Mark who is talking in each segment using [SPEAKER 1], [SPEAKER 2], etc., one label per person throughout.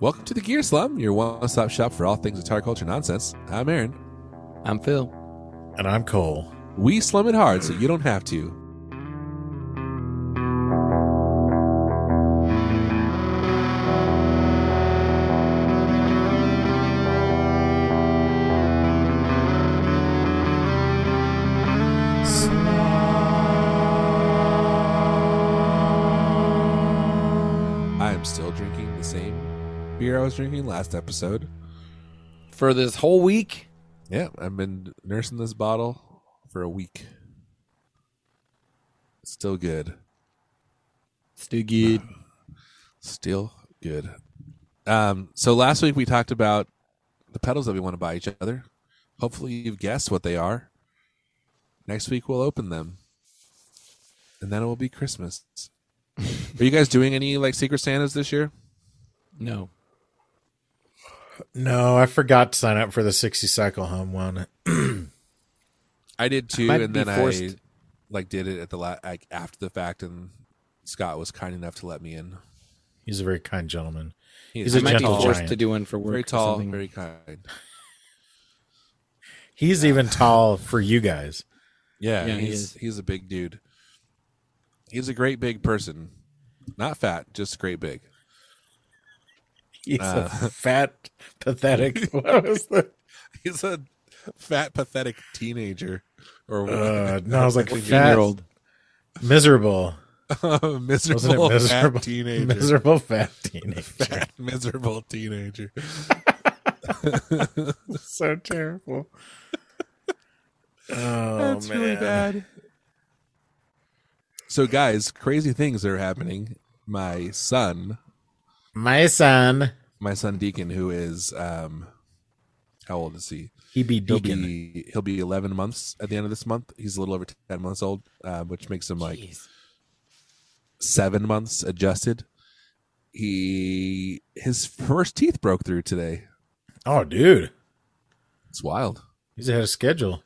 [SPEAKER 1] Welcome to the Gear Slum, your one stop shop for all things guitar culture nonsense. I'm Aaron.
[SPEAKER 2] I'm Phil.
[SPEAKER 3] And I'm Cole.
[SPEAKER 1] We slum it hard so you don't have to. I am still drinking the same beer I was drinking last episode.
[SPEAKER 2] For this whole week,
[SPEAKER 1] Yeah, I've been nursing this bottle for a week. Still good.
[SPEAKER 2] Stu Good.
[SPEAKER 1] Still good. Um, so last week we talked about the pedals that we want to buy each other. Hopefully you've guessed what they are. Next week we'll open them. And then it will be Christmas. are you guys doing any like Secret Santas this year?
[SPEAKER 2] No.
[SPEAKER 3] No, I forgot to sign up for the 60 cycle home one.
[SPEAKER 1] I did too,
[SPEAKER 2] might
[SPEAKER 1] and
[SPEAKER 2] be
[SPEAKER 1] then I
[SPEAKER 2] forced-
[SPEAKER 1] like did it at the la- like after the fact, and Scott was kind enough to let me in.
[SPEAKER 3] He's a very kind gentleman.
[SPEAKER 1] He-
[SPEAKER 3] He's
[SPEAKER 2] I
[SPEAKER 3] a
[SPEAKER 1] I'm
[SPEAKER 2] might be
[SPEAKER 3] gentle
[SPEAKER 2] forced
[SPEAKER 3] giant.
[SPEAKER 2] to do one for work.
[SPEAKER 1] very
[SPEAKER 2] or
[SPEAKER 1] tall,
[SPEAKER 2] something.
[SPEAKER 1] very kind.
[SPEAKER 3] He's even tall for you guys.
[SPEAKER 1] Yeah,
[SPEAKER 2] Yeah, he
[SPEAKER 1] he's
[SPEAKER 2] is.
[SPEAKER 1] he's a big dude. He's a great big person, not fat, just great big.
[SPEAKER 3] He's
[SPEAKER 1] Uh.
[SPEAKER 3] a fat, pathetic. What was the?
[SPEAKER 1] He's a fat, pathetic teenager, or
[SPEAKER 3] Uh, no, I was like fat,
[SPEAKER 2] Fifteen-year-old.
[SPEAKER 3] miserable, wasn't
[SPEAKER 1] miserable,
[SPEAKER 3] it miserable
[SPEAKER 1] fat teenager,
[SPEAKER 3] miserable fat teenager.
[SPEAKER 1] fat, miserable teenager.
[SPEAKER 3] so terrible. Oh
[SPEAKER 1] That's
[SPEAKER 3] man,
[SPEAKER 1] really bad. So, guys, crazy things are happening. My son,
[SPEAKER 3] my son,
[SPEAKER 1] my son Deacon, who is um, how old is he?
[SPEAKER 3] he be
[SPEAKER 1] He'll
[SPEAKER 3] deacon.
[SPEAKER 1] be he'll be 11 months at the end of this month. He's a little over 10 months old, uh, which makes him like
[SPEAKER 2] Jeez.
[SPEAKER 1] seven months adjusted. He his first teeth broke through today.
[SPEAKER 3] oh, dude,
[SPEAKER 1] It's wild.
[SPEAKER 3] he's ahead of schedule.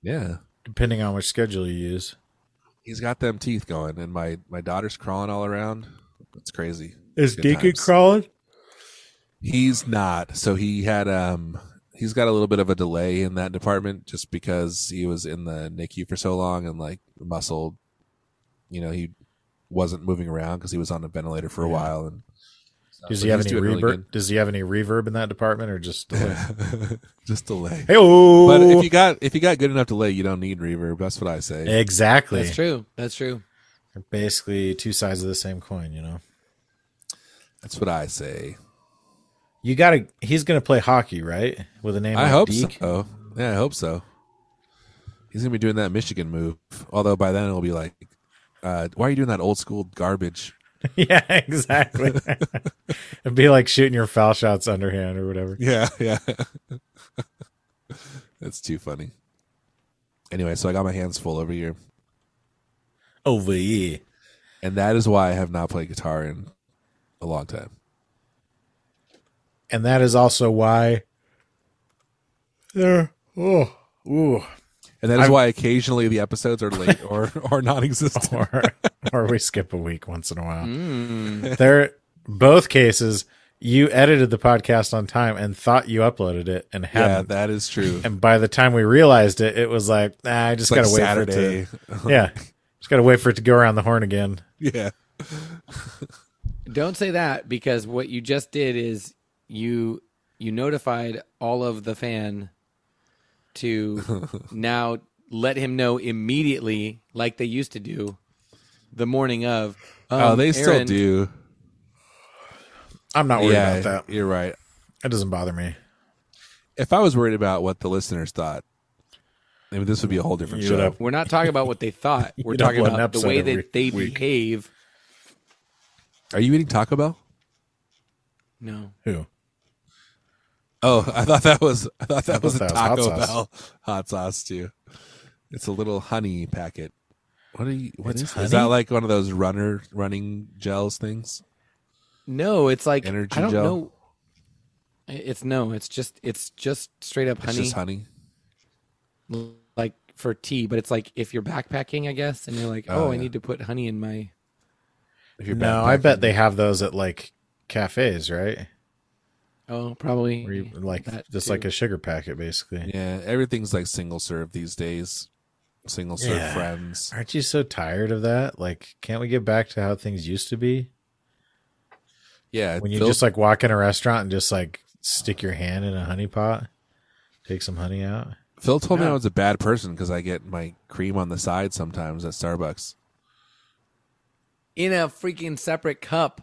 [SPEAKER 1] Yeah,
[SPEAKER 3] Depending on which schedule you use,
[SPEAKER 1] he's got them teeth going, and my my daughter's crawling all around. It's crazy.
[SPEAKER 3] is
[SPEAKER 1] Good Deacon times.
[SPEAKER 3] crawling?
[SPEAKER 1] He's not. So he had um he's got a little bit of a delay in that department just because he was in the NICU for so long and like muscle you know, he wasn't moving around because he was on a ventilator for a
[SPEAKER 3] Yeah.
[SPEAKER 1] while and
[SPEAKER 3] Does
[SPEAKER 1] so
[SPEAKER 3] he have
[SPEAKER 1] he's
[SPEAKER 3] any
[SPEAKER 1] doing really
[SPEAKER 3] reverb? Does he have any reverb in that department, or just hey
[SPEAKER 1] good. just delay.
[SPEAKER 3] oh?
[SPEAKER 1] But if you got if you got good enough delay, you don't need reverb. That's what I say.
[SPEAKER 3] exactly,
[SPEAKER 2] That's true. That's true.
[SPEAKER 3] They're basically two sides of the same coin. You know,
[SPEAKER 1] That's what I say.
[SPEAKER 3] you gotta. He's gonna play hockey, right? With a name.
[SPEAKER 1] I
[SPEAKER 3] like
[SPEAKER 1] hope
[SPEAKER 3] Deke?
[SPEAKER 1] so. Yeah, I hope so. He's gonna be doing that Michigan move. Although by then it'll be like, uh, why are you doing that old school garbage?
[SPEAKER 3] yeah, exactly. It'd be like shooting your foul shots underhand or whatever.
[SPEAKER 1] Yeah, yeah. That's too funny. Anyway, so I got my hands full over here,
[SPEAKER 3] Over here.
[SPEAKER 1] and that is why I have not played guitar in a long time.
[SPEAKER 3] And that is also why there. Oh, ooh.
[SPEAKER 1] And that is
[SPEAKER 3] I'm-
[SPEAKER 1] why occasionally the episodes are late or or non-existent.
[SPEAKER 3] Or, or we skip a week once in a while.
[SPEAKER 2] Mm.
[SPEAKER 3] There, both cases, you edited the podcast on time and thought you uploaded it and
[SPEAKER 1] yeah,
[SPEAKER 3] hadn't.
[SPEAKER 1] that is true.
[SPEAKER 3] and by the time we realized it, it was like, nah, I just
[SPEAKER 1] It's like
[SPEAKER 3] gotta wait
[SPEAKER 1] Saturday.
[SPEAKER 3] for it to. Yeah, just gotta wait for it to go around the horn again.
[SPEAKER 1] yeah.
[SPEAKER 2] Don't say that because what you just did is you you notified all of the fan to now let him know immediately, like they used to do, the morning of. um,
[SPEAKER 1] oh, they still
[SPEAKER 2] Aaron,
[SPEAKER 1] do.
[SPEAKER 3] I'm not worried
[SPEAKER 1] yeah,
[SPEAKER 3] about that.
[SPEAKER 1] you're right.
[SPEAKER 3] It doesn't bother me.
[SPEAKER 1] If I was worried about what the listeners thought, I mean, this would be a whole different
[SPEAKER 3] You would
[SPEAKER 1] show.
[SPEAKER 3] have-
[SPEAKER 2] We're not talking about what they thought. We're
[SPEAKER 3] don't
[SPEAKER 2] talking
[SPEAKER 3] want an
[SPEAKER 2] about the
[SPEAKER 3] episode
[SPEAKER 2] way
[SPEAKER 3] every
[SPEAKER 2] that they
[SPEAKER 3] week.
[SPEAKER 2] behave.
[SPEAKER 1] Are you eating Taco Bell?
[SPEAKER 2] No.
[SPEAKER 3] Who?
[SPEAKER 1] Oh, I thought that was I thought that was a
[SPEAKER 3] thought that was
[SPEAKER 1] Taco
[SPEAKER 3] hot sauce.
[SPEAKER 1] Bell hot sauce too. It's a little honey packet. What are you? What
[SPEAKER 3] It's
[SPEAKER 1] is Is
[SPEAKER 3] honey?
[SPEAKER 1] that like one of those runner running gels things?
[SPEAKER 2] No, it's like
[SPEAKER 1] Energy
[SPEAKER 2] I don't
[SPEAKER 1] gel?
[SPEAKER 2] know. I- It's no, it's just it's just straight up
[SPEAKER 1] It's
[SPEAKER 2] honey,
[SPEAKER 1] just honey.
[SPEAKER 2] like for tea. But it's like if you're backpacking, I guess, and you're like, oh,
[SPEAKER 1] Oh,
[SPEAKER 2] I
[SPEAKER 1] yeah.
[SPEAKER 2] need to put honey in my.
[SPEAKER 1] If you're
[SPEAKER 3] No, I
[SPEAKER 1] backpacking.
[SPEAKER 3] bet they have those at like cafes, right?
[SPEAKER 2] Oh, probably.
[SPEAKER 3] Where you, like
[SPEAKER 2] that
[SPEAKER 3] just
[SPEAKER 2] too.
[SPEAKER 3] like a sugar packet, basically.
[SPEAKER 1] Yeah, everything's like single serve these days. Single serve
[SPEAKER 3] Yeah.
[SPEAKER 1] friends.
[SPEAKER 3] Aren't you so tired of that? Like, can't we get back to how things used to be?
[SPEAKER 1] Yeah,
[SPEAKER 3] When you
[SPEAKER 1] Phil-
[SPEAKER 3] just like walk in a restaurant and just like stick your hand in a honey pot, take some honey out.
[SPEAKER 1] Phil told me
[SPEAKER 2] Yeah.
[SPEAKER 1] I was a bad person because I get my cream on the side sometimes at Starbucks.
[SPEAKER 2] in a freaking separate cup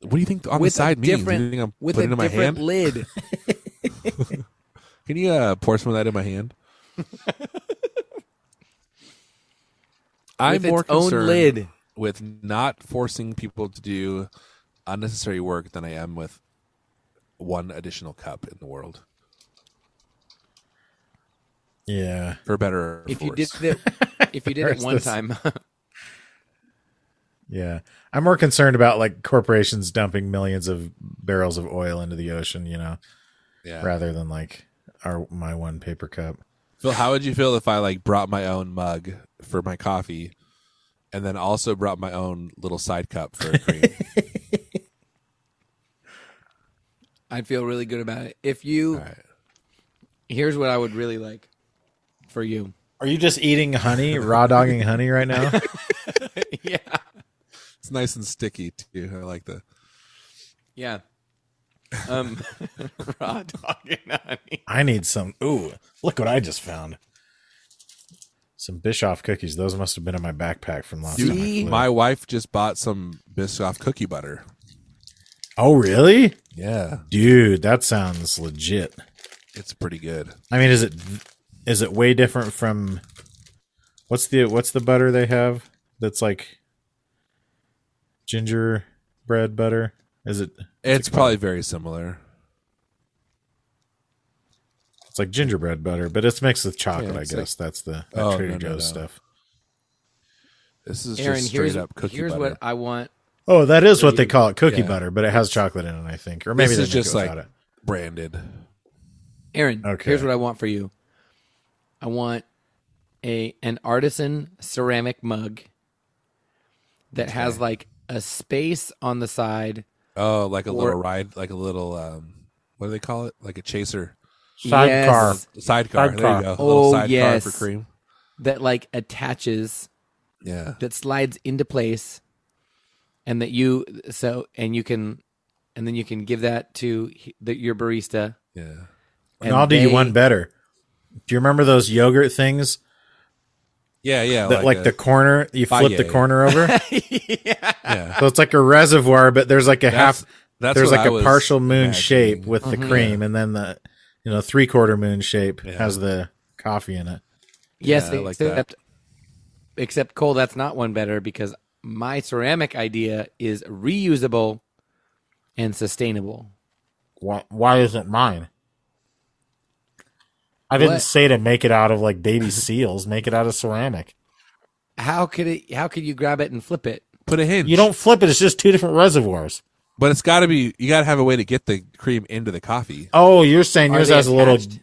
[SPEAKER 1] What do you think on
[SPEAKER 2] with
[SPEAKER 1] the side
[SPEAKER 2] a
[SPEAKER 1] means?
[SPEAKER 2] different
[SPEAKER 1] you think I'm
[SPEAKER 2] with a
[SPEAKER 1] putting it in my hand?
[SPEAKER 2] different lid.
[SPEAKER 1] Can you uh, pour some of that in my hand? I'm
[SPEAKER 2] With
[SPEAKER 1] more
[SPEAKER 2] its own
[SPEAKER 1] concerned
[SPEAKER 2] lid.
[SPEAKER 1] with not forcing people to do unnecessary work than I am with one additional cup in the world,
[SPEAKER 3] Yeah.
[SPEAKER 1] for better or
[SPEAKER 2] If you did
[SPEAKER 1] worse.
[SPEAKER 2] it, if you did it
[SPEAKER 3] Where's
[SPEAKER 2] one
[SPEAKER 3] this?
[SPEAKER 2] time,
[SPEAKER 3] Yeah. I'm more concerned about like corporations dumping millions of barrels of oil into the ocean, you know,
[SPEAKER 1] yeah.
[SPEAKER 3] rather than like our my one paper cup.
[SPEAKER 1] Phil, how would you feel if I like brought my own mug for my coffee, and then also brought my own little side cup for cream?
[SPEAKER 2] I'd feel really good about it. If you,
[SPEAKER 1] All right.
[SPEAKER 2] here's what I would really like for you.
[SPEAKER 3] Are you just eating honey, raw dogging honey right now?
[SPEAKER 2] yeah,
[SPEAKER 1] It's nice and sticky too. I like the.
[SPEAKER 2] yeah. Um, raw dogging honey.
[SPEAKER 3] I need some. Ooh, look what I just found. Some Bischoff cookies. Those must have been in my backpack from last time. I
[SPEAKER 2] See?
[SPEAKER 3] flew.
[SPEAKER 1] My wife just bought some Biscoff cookie butter.
[SPEAKER 3] oh, really?
[SPEAKER 1] Yeah,
[SPEAKER 3] Dude, that sounds legit.
[SPEAKER 1] it's pretty good.
[SPEAKER 3] I mean, is it is it way different from what's the what's the butter they have that's like gingerbread butter? Is it
[SPEAKER 1] It's probably very similar.
[SPEAKER 3] it's like gingerbread butter, but it's mixed with chocolate,
[SPEAKER 1] Yeah,
[SPEAKER 3] I
[SPEAKER 1] it's
[SPEAKER 3] guess. that's the that
[SPEAKER 1] Oh,
[SPEAKER 3] Trader
[SPEAKER 1] no, no,
[SPEAKER 3] Joe's
[SPEAKER 1] no.
[SPEAKER 3] stuff.
[SPEAKER 1] This is
[SPEAKER 2] Aaron,
[SPEAKER 1] just straight
[SPEAKER 2] here's
[SPEAKER 1] up cookie
[SPEAKER 2] here's
[SPEAKER 1] butter.
[SPEAKER 2] what I want.
[SPEAKER 3] Oh, that is what they
[SPEAKER 2] you-
[SPEAKER 3] call it, cookie
[SPEAKER 1] yeah.
[SPEAKER 3] butter, but it has chocolate in it, I think. Or maybe
[SPEAKER 1] This
[SPEAKER 3] they
[SPEAKER 1] is
[SPEAKER 3] make
[SPEAKER 1] just
[SPEAKER 3] it without
[SPEAKER 1] like-
[SPEAKER 3] it.
[SPEAKER 1] Branded.
[SPEAKER 2] Aaron,
[SPEAKER 3] Okay.
[SPEAKER 2] here's what I want for you. I want a an artisan ceramic mug that has like a space on the side.
[SPEAKER 1] Oh, like a
[SPEAKER 2] Or-
[SPEAKER 1] little ride, like a little um, what do they call it? Like a chaser
[SPEAKER 3] Sidecar.
[SPEAKER 2] Yes,
[SPEAKER 1] sidecar. There you
[SPEAKER 3] Sidecar.
[SPEAKER 1] go. A
[SPEAKER 2] Oh,
[SPEAKER 1] little sidecar
[SPEAKER 2] yes.
[SPEAKER 1] for cream.
[SPEAKER 2] that like attaches
[SPEAKER 1] Yeah,
[SPEAKER 2] that slides into place and that you so and you can and then you can give that to he- the, your barista
[SPEAKER 1] yeah.
[SPEAKER 3] And I'll do you
[SPEAKER 2] they-
[SPEAKER 3] one better. Do you remember those yogurt things
[SPEAKER 1] Yeah, yeah.
[SPEAKER 3] that, like,
[SPEAKER 1] a-
[SPEAKER 3] the corner you flip
[SPEAKER 1] Faye.
[SPEAKER 3] the corner over?
[SPEAKER 2] yeah
[SPEAKER 1] yeah.
[SPEAKER 3] so it's like a reservoir, but there's like a
[SPEAKER 1] That's-
[SPEAKER 3] half.
[SPEAKER 1] That's
[SPEAKER 3] There's
[SPEAKER 1] what
[SPEAKER 3] like
[SPEAKER 1] I
[SPEAKER 3] a
[SPEAKER 1] was
[SPEAKER 3] partial moon
[SPEAKER 1] imagining. Mm-hmm.
[SPEAKER 3] shape with the
[SPEAKER 2] Mhm.
[SPEAKER 3] cream, and then the you know three quarter moon shape
[SPEAKER 1] Yeah.
[SPEAKER 3] has the coffee in it.
[SPEAKER 2] yes
[SPEAKER 1] Yeah, I like that.
[SPEAKER 2] except except cole that's not one better because my ceramic idea is reusable and sustainable
[SPEAKER 3] Why, why isn't mine? I didn't
[SPEAKER 2] What?
[SPEAKER 3] say to make it out of like baby seals. Make it out of ceramic.
[SPEAKER 2] how could it how could you grab it and flip it
[SPEAKER 1] Put a hinge.
[SPEAKER 3] You don't flip it. It's just two different reservoirs.
[SPEAKER 1] But it's got to be. You got to have a way to get the cream into the coffee.
[SPEAKER 3] Oh, you're saying
[SPEAKER 2] Are
[SPEAKER 3] yours
[SPEAKER 2] they
[SPEAKER 3] has a little.
[SPEAKER 2] attached?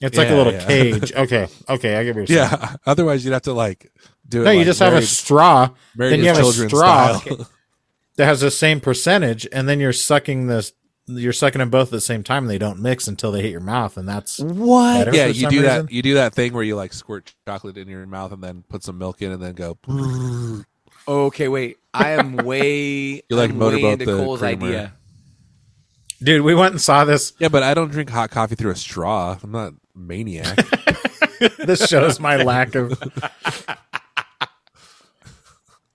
[SPEAKER 3] It's like a
[SPEAKER 1] Yeah,
[SPEAKER 3] little
[SPEAKER 1] yeah.
[SPEAKER 3] cage. Okay, okay, I get what you're saying.
[SPEAKER 1] Yeah. Otherwise, you'd have to like do it.
[SPEAKER 3] No, you
[SPEAKER 1] like,
[SPEAKER 3] just have
[SPEAKER 1] married,
[SPEAKER 3] a straw.
[SPEAKER 1] married
[SPEAKER 3] Then
[SPEAKER 1] to
[SPEAKER 3] you have a
[SPEAKER 1] children
[SPEAKER 3] straw
[SPEAKER 1] style.
[SPEAKER 3] that has the same percentage, and then you're sucking this. You're sucking them both at the same time, and they don't mix until they hit your mouth, and that's
[SPEAKER 2] what
[SPEAKER 3] Better.
[SPEAKER 1] yeah,
[SPEAKER 3] for
[SPEAKER 1] you
[SPEAKER 3] some
[SPEAKER 1] do
[SPEAKER 3] reason.
[SPEAKER 1] that. You do that thing where you like squirt chocolate in your mouth and then put some milk in and then go.
[SPEAKER 2] okay wait i am way you
[SPEAKER 1] like
[SPEAKER 2] I'm way
[SPEAKER 1] motorboat
[SPEAKER 2] into
[SPEAKER 1] the
[SPEAKER 2] cole's
[SPEAKER 1] creamer.
[SPEAKER 2] idea
[SPEAKER 3] dude. We went and saw this.
[SPEAKER 1] Yeah, but I don't drink hot coffee through a straw. I'm not a maniac.
[SPEAKER 3] This shows my lack of.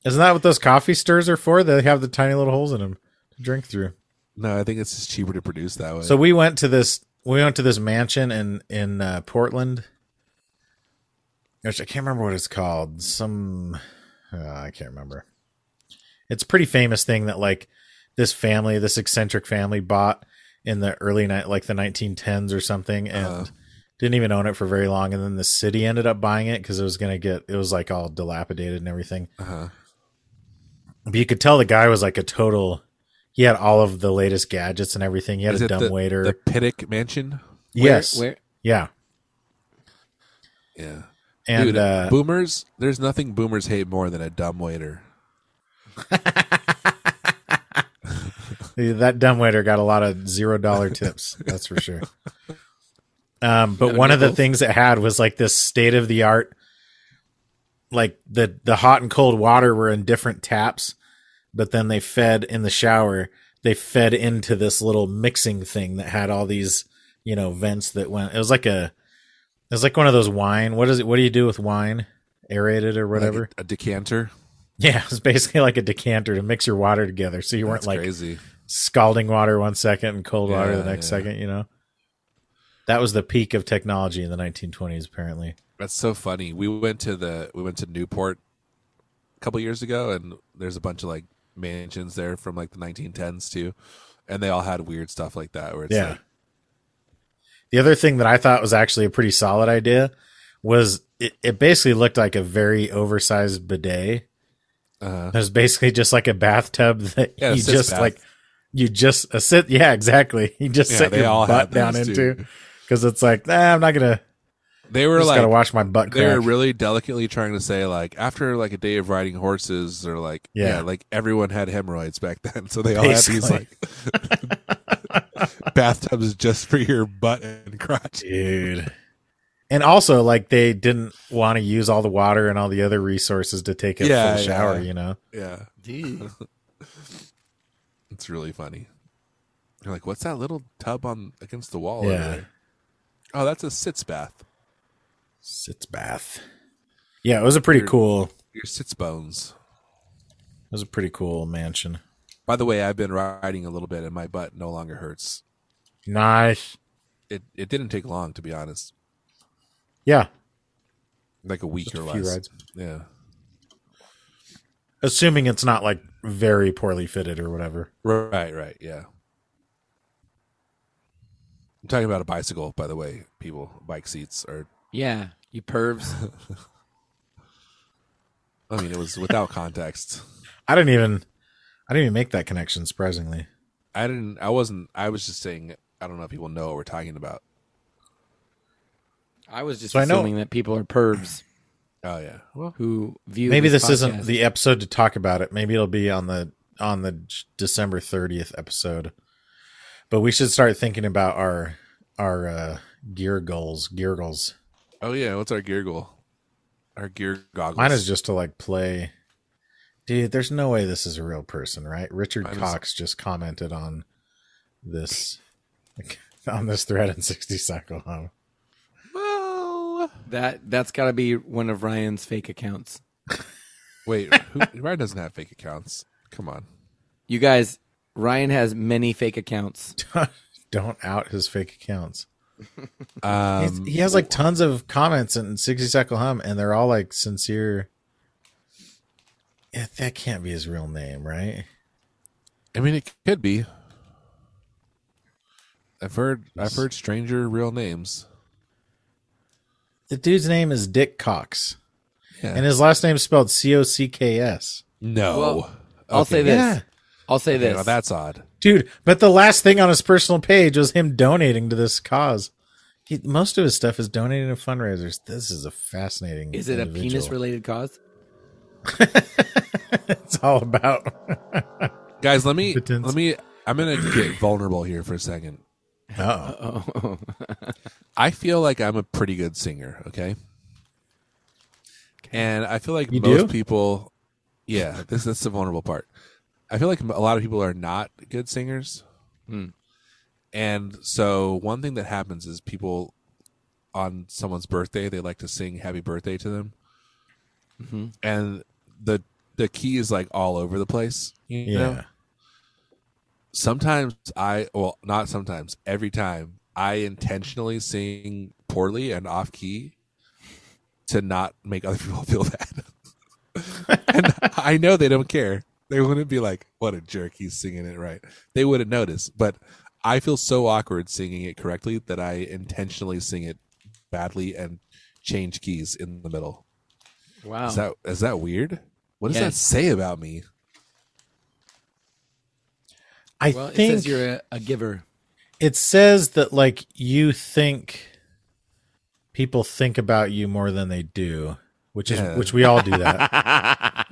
[SPEAKER 3] Isn't that what those coffee stirs are for? They have the tiny little holes in them to drink through.
[SPEAKER 1] no, I think it's just cheaper to produce that way.
[SPEAKER 3] So we went to this we went to this mansion in in uh, Portland, which I can't remember what it's called. Some uh, I can't remember. It's a pretty famous thing that like this family, this eccentric family, bought in the early night, like the 1910s or something, and
[SPEAKER 1] Uh-huh.
[SPEAKER 3] didn't even own it for very long. And then the city ended up buying it because it was gonna get it was like all dilapidated and everything.
[SPEAKER 1] uh-huh.
[SPEAKER 3] But you could tell the guy was like a total. He had all of the latest gadgets and everything. He had
[SPEAKER 1] Is
[SPEAKER 3] a
[SPEAKER 1] it
[SPEAKER 3] dumb
[SPEAKER 1] the,
[SPEAKER 3] waiter.
[SPEAKER 1] the Piddick Mansion?
[SPEAKER 2] Where-
[SPEAKER 3] yes.
[SPEAKER 2] where
[SPEAKER 3] Yeah.
[SPEAKER 1] Yeah,
[SPEAKER 3] And
[SPEAKER 1] dude.
[SPEAKER 3] uh,
[SPEAKER 1] boomers, there's nothing boomers hate more than a dumb waiter.
[SPEAKER 3] Yeah, That dumbwaiter got a lot of zero dollar tips. That's for sure. Um, but
[SPEAKER 2] Gotta
[SPEAKER 3] one
[SPEAKER 2] get
[SPEAKER 3] of the
[SPEAKER 2] both.
[SPEAKER 3] things it had was like this state of the art, like the the hot and cold water were in different taps, but then they fed in the shower. They fed into this little mixing thing that had all these you know vents that went. It was like a, it was like one of those wine. What is it? What do you do with wine? Aerated or
[SPEAKER 1] Like a-
[SPEAKER 3] whatever.
[SPEAKER 1] a, decanter.
[SPEAKER 3] yeah, it's basically like a decanter to mix your water together, so you weren't
[SPEAKER 1] That's
[SPEAKER 3] like
[SPEAKER 1] crazy.
[SPEAKER 3] scalding water one second and cold water the
[SPEAKER 1] Yeah,
[SPEAKER 3] next
[SPEAKER 1] yeah.
[SPEAKER 3] second, you know. That was the peak of technology in the 1920s apparently.
[SPEAKER 1] That's so funny. We went to the we went to Newport a couple years ago, and there's a bunch of like mansions there from like the 1910s too, and they all had weird stuff like that. Where it's
[SPEAKER 3] yeah.
[SPEAKER 1] like,
[SPEAKER 3] the other thing that I thought was actually a pretty solid idea was it, it basically looked like a very oversized bidet.
[SPEAKER 1] uh,
[SPEAKER 3] It was basically just like a bathtub that
[SPEAKER 1] Yeah, a
[SPEAKER 3] you
[SPEAKER 1] sitz
[SPEAKER 3] just
[SPEAKER 1] bath.
[SPEAKER 3] like you just a sit yeah, exactly. You just
[SPEAKER 1] Yeah,
[SPEAKER 3] sit
[SPEAKER 1] they
[SPEAKER 3] your
[SPEAKER 1] all
[SPEAKER 3] butt
[SPEAKER 1] had
[SPEAKER 3] down
[SPEAKER 1] those,
[SPEAKER 3] into
[SPEAKER 1] dude.
[SPEAKER 3] cuz it's like, nah, I'm not going to
[SPEAKER 1] they were
[SPEAKER 3] just
[SPEAKER 1] like
[SPEAKER 3] got to watch my butt
[SPEAKER 1] they were
[SPEAKER 3] crack.
[SPEAKER 1] really delicately trying to say like after like a day of riding horses or like
[SPEAKER 3] Yeah.
[SPEAKER 1] yeah, like everyone had hemorrhoids back then, so they all had these like bathtubs just for your butt and crotch.
[SPEAKER 3] dude and also like they didn't want to use all the water and all the other resources to take a
[SPEAKER 1] Yeah,
[SPEAKER 3] full shower
[SPEAKER 1] yeah.
[SPEAKER 3] you know
[SPEAKER 1] Yeah,
[SPEAKER 2] Dude.
[SPEAKER 1] it's really funny. You're like, what's that little tub on against the wall?
[SPEAKER 3] Yeah.
[SPEAKER 1] Over there? Oh, that's a sitz bath.
[SPEAKER 3] sitz bath yeah it was a pretty
[SPEAKER 1] Weird.
[SPEAKER 3] cool it
[SPEAKER 1] Your sitz bones.
[SPEAKER 3] was a pretty cool mansion
[SPEAKER 1] By the way, I've been riding a little bit, and my butt no longer hurts.
[SPEAKER 3] nice
[SPEAKER 1] It it didn't take long, to be honest,
[SPEAKER 3] yeah
[SPEAKER 1] like a week
[SPEAKER 3] Just a
[SPEAKER 1] or
[SPEAKER 3] few
[SPEAKER 1] less.
[SPEAKER 3] rides.
[SPEAKER 1] Yeah,
[SPEAKER 3] assuming it's not like very poorly fitted or whatever
[SPEAKER 1] right, right, yeah. I'm talking about a bicycle, by the way. People, bike seats are.
[SPEAKER 2] Yeah, you pervs.
[SPEAKER 1] I mean, it was without context.
[SPEAKER 3] i didn't even i didn't even make that connection surprisingly
[SPEAKER 1] I didn't. I wasn't. I was just saying. I don't know if people know what we're talking about.
[SPEAKER 2] I was just
[SPEAKER 3] So I know-
[SPEAKER 2] assuming that people are pervs
[SPEAKER 1] Oh yeah. Well,
[SPEAKER 2] who view.
[SPEAKER 3] maybe this
[SPEAKER 2] podcast.
[SPEAKER 3] isn't the episode to talk about it maybe it'll be on the on the J- december 30th episode but we should start thinking about our our uh gear goals gear goals
[SPEAKER 1] Oh yeah, what's our gear goal? Our gear goggles.
[SPEAKER 3] mine is just to like play dude there's no way this is a real person right richard
[SPEAKER 1] Mine is-
[SPEAKER 3] cox just commented on this on this thread in 60 cycle huh?
[SPEAKER 1] well.
[SPEAKER 2] that. That's got to be one of Ryan's fake accounts.
[SPEAKER 1] Wait, who, Ryan doesn't have fake accounts. Come on.
[SPEAKER 2] You guys, Ryan has many fake accounts.
[SPEAKER 3] don't out his fake accounts He's-
[SPEAKER 1] Um,
[SPEAKER 3] he has like tons of comments in 60 Cycle Hum, and they're all like sincere. Yeah, that can't be his real name, right?
[SPEAKER 1] I mean, it could be. I've heard. I've heard stranger real names.
[SPEAKER 3] The dude's name is Dick Cox,
[SPEAKER 1] Yeah.
[SPEAKER 3] and his last name's spelled C O C K S.
[SPEAKER 1] no.
[SPEAKER 2] Well, I'll
[SPEAKER 1] Okay.
[SPEAKER 2] say this.
[SPEAKER 3] Yeah.
[SPEAKER 2] I'll say
[SPEAKER 1] Okay,
[SPEAKER 2] this.
[SPEAKER 1] now that's odd.
[SPEAKER 3] Dude, but the last thing on his personal page was him donating to this cause. He, most of his stuff is donating to fundraisers. This is a fascinating.
[SPEAKER 2] Is it a
[SPEAKER 3] individual.
[SPEAKER 2] penis related cause?
[SPEAKER 3] It's all about.
[SPEAKER 1] Guys, let me.
[SPEAKER 3] Impotence.
[SPEAKER 1] Let me. I'm gonna get vulnerable here for a second.
[SPEAKER 3] Oh,
[SPEAKER 2] Oh,
[SPEAKER 1] I feel like I'm a pretty good singer, okay? And I feel like
[SPEAKER 3] You
[SPEAKER 1] most
[SPEAKER 3] do?
[SPEAKER 1] people yeah, this that's the vulnerable part. I feel like a lot of people are not good singers.
[SPEAKER 2] Hmm.
[SPEAKER 1] And so one thing that happens is people on someone's birthday, they like to sing happy birthday to them.
[SPEAKER 2] Mhm.
[SPEAKER 1] And the the key is like all over the place, you
[SPEAKER 3] yeah.
[SPEAKER 1] know? sometimes I well not sometimes every time I intentionally sing poorly and off key to not make other people feel bad. and I know they don't care. They wouldn't be like, "What a jerk, he's singing it right." They wouldn't notice, but I feel so awkward singing it correctly that I intentionally sing it badly and change keys in the middle.
[SPEAKER 2] wow.
[SPEAKER 1] Is that is that weird? What does that
[SPEAKER 2] Yes.
[SPEAKER 1] say about me?
[SPEAKER 3] I
[SPEAKER 2] well, it
[SPEAKER 3] think
[SPEAKER 2] says you're a, a giver.
[SPEAKER 3] it says that like you think people think about you more than they do which is
[SPEAKER 1] Yeah.
[SPEAKER 3] which we all do that,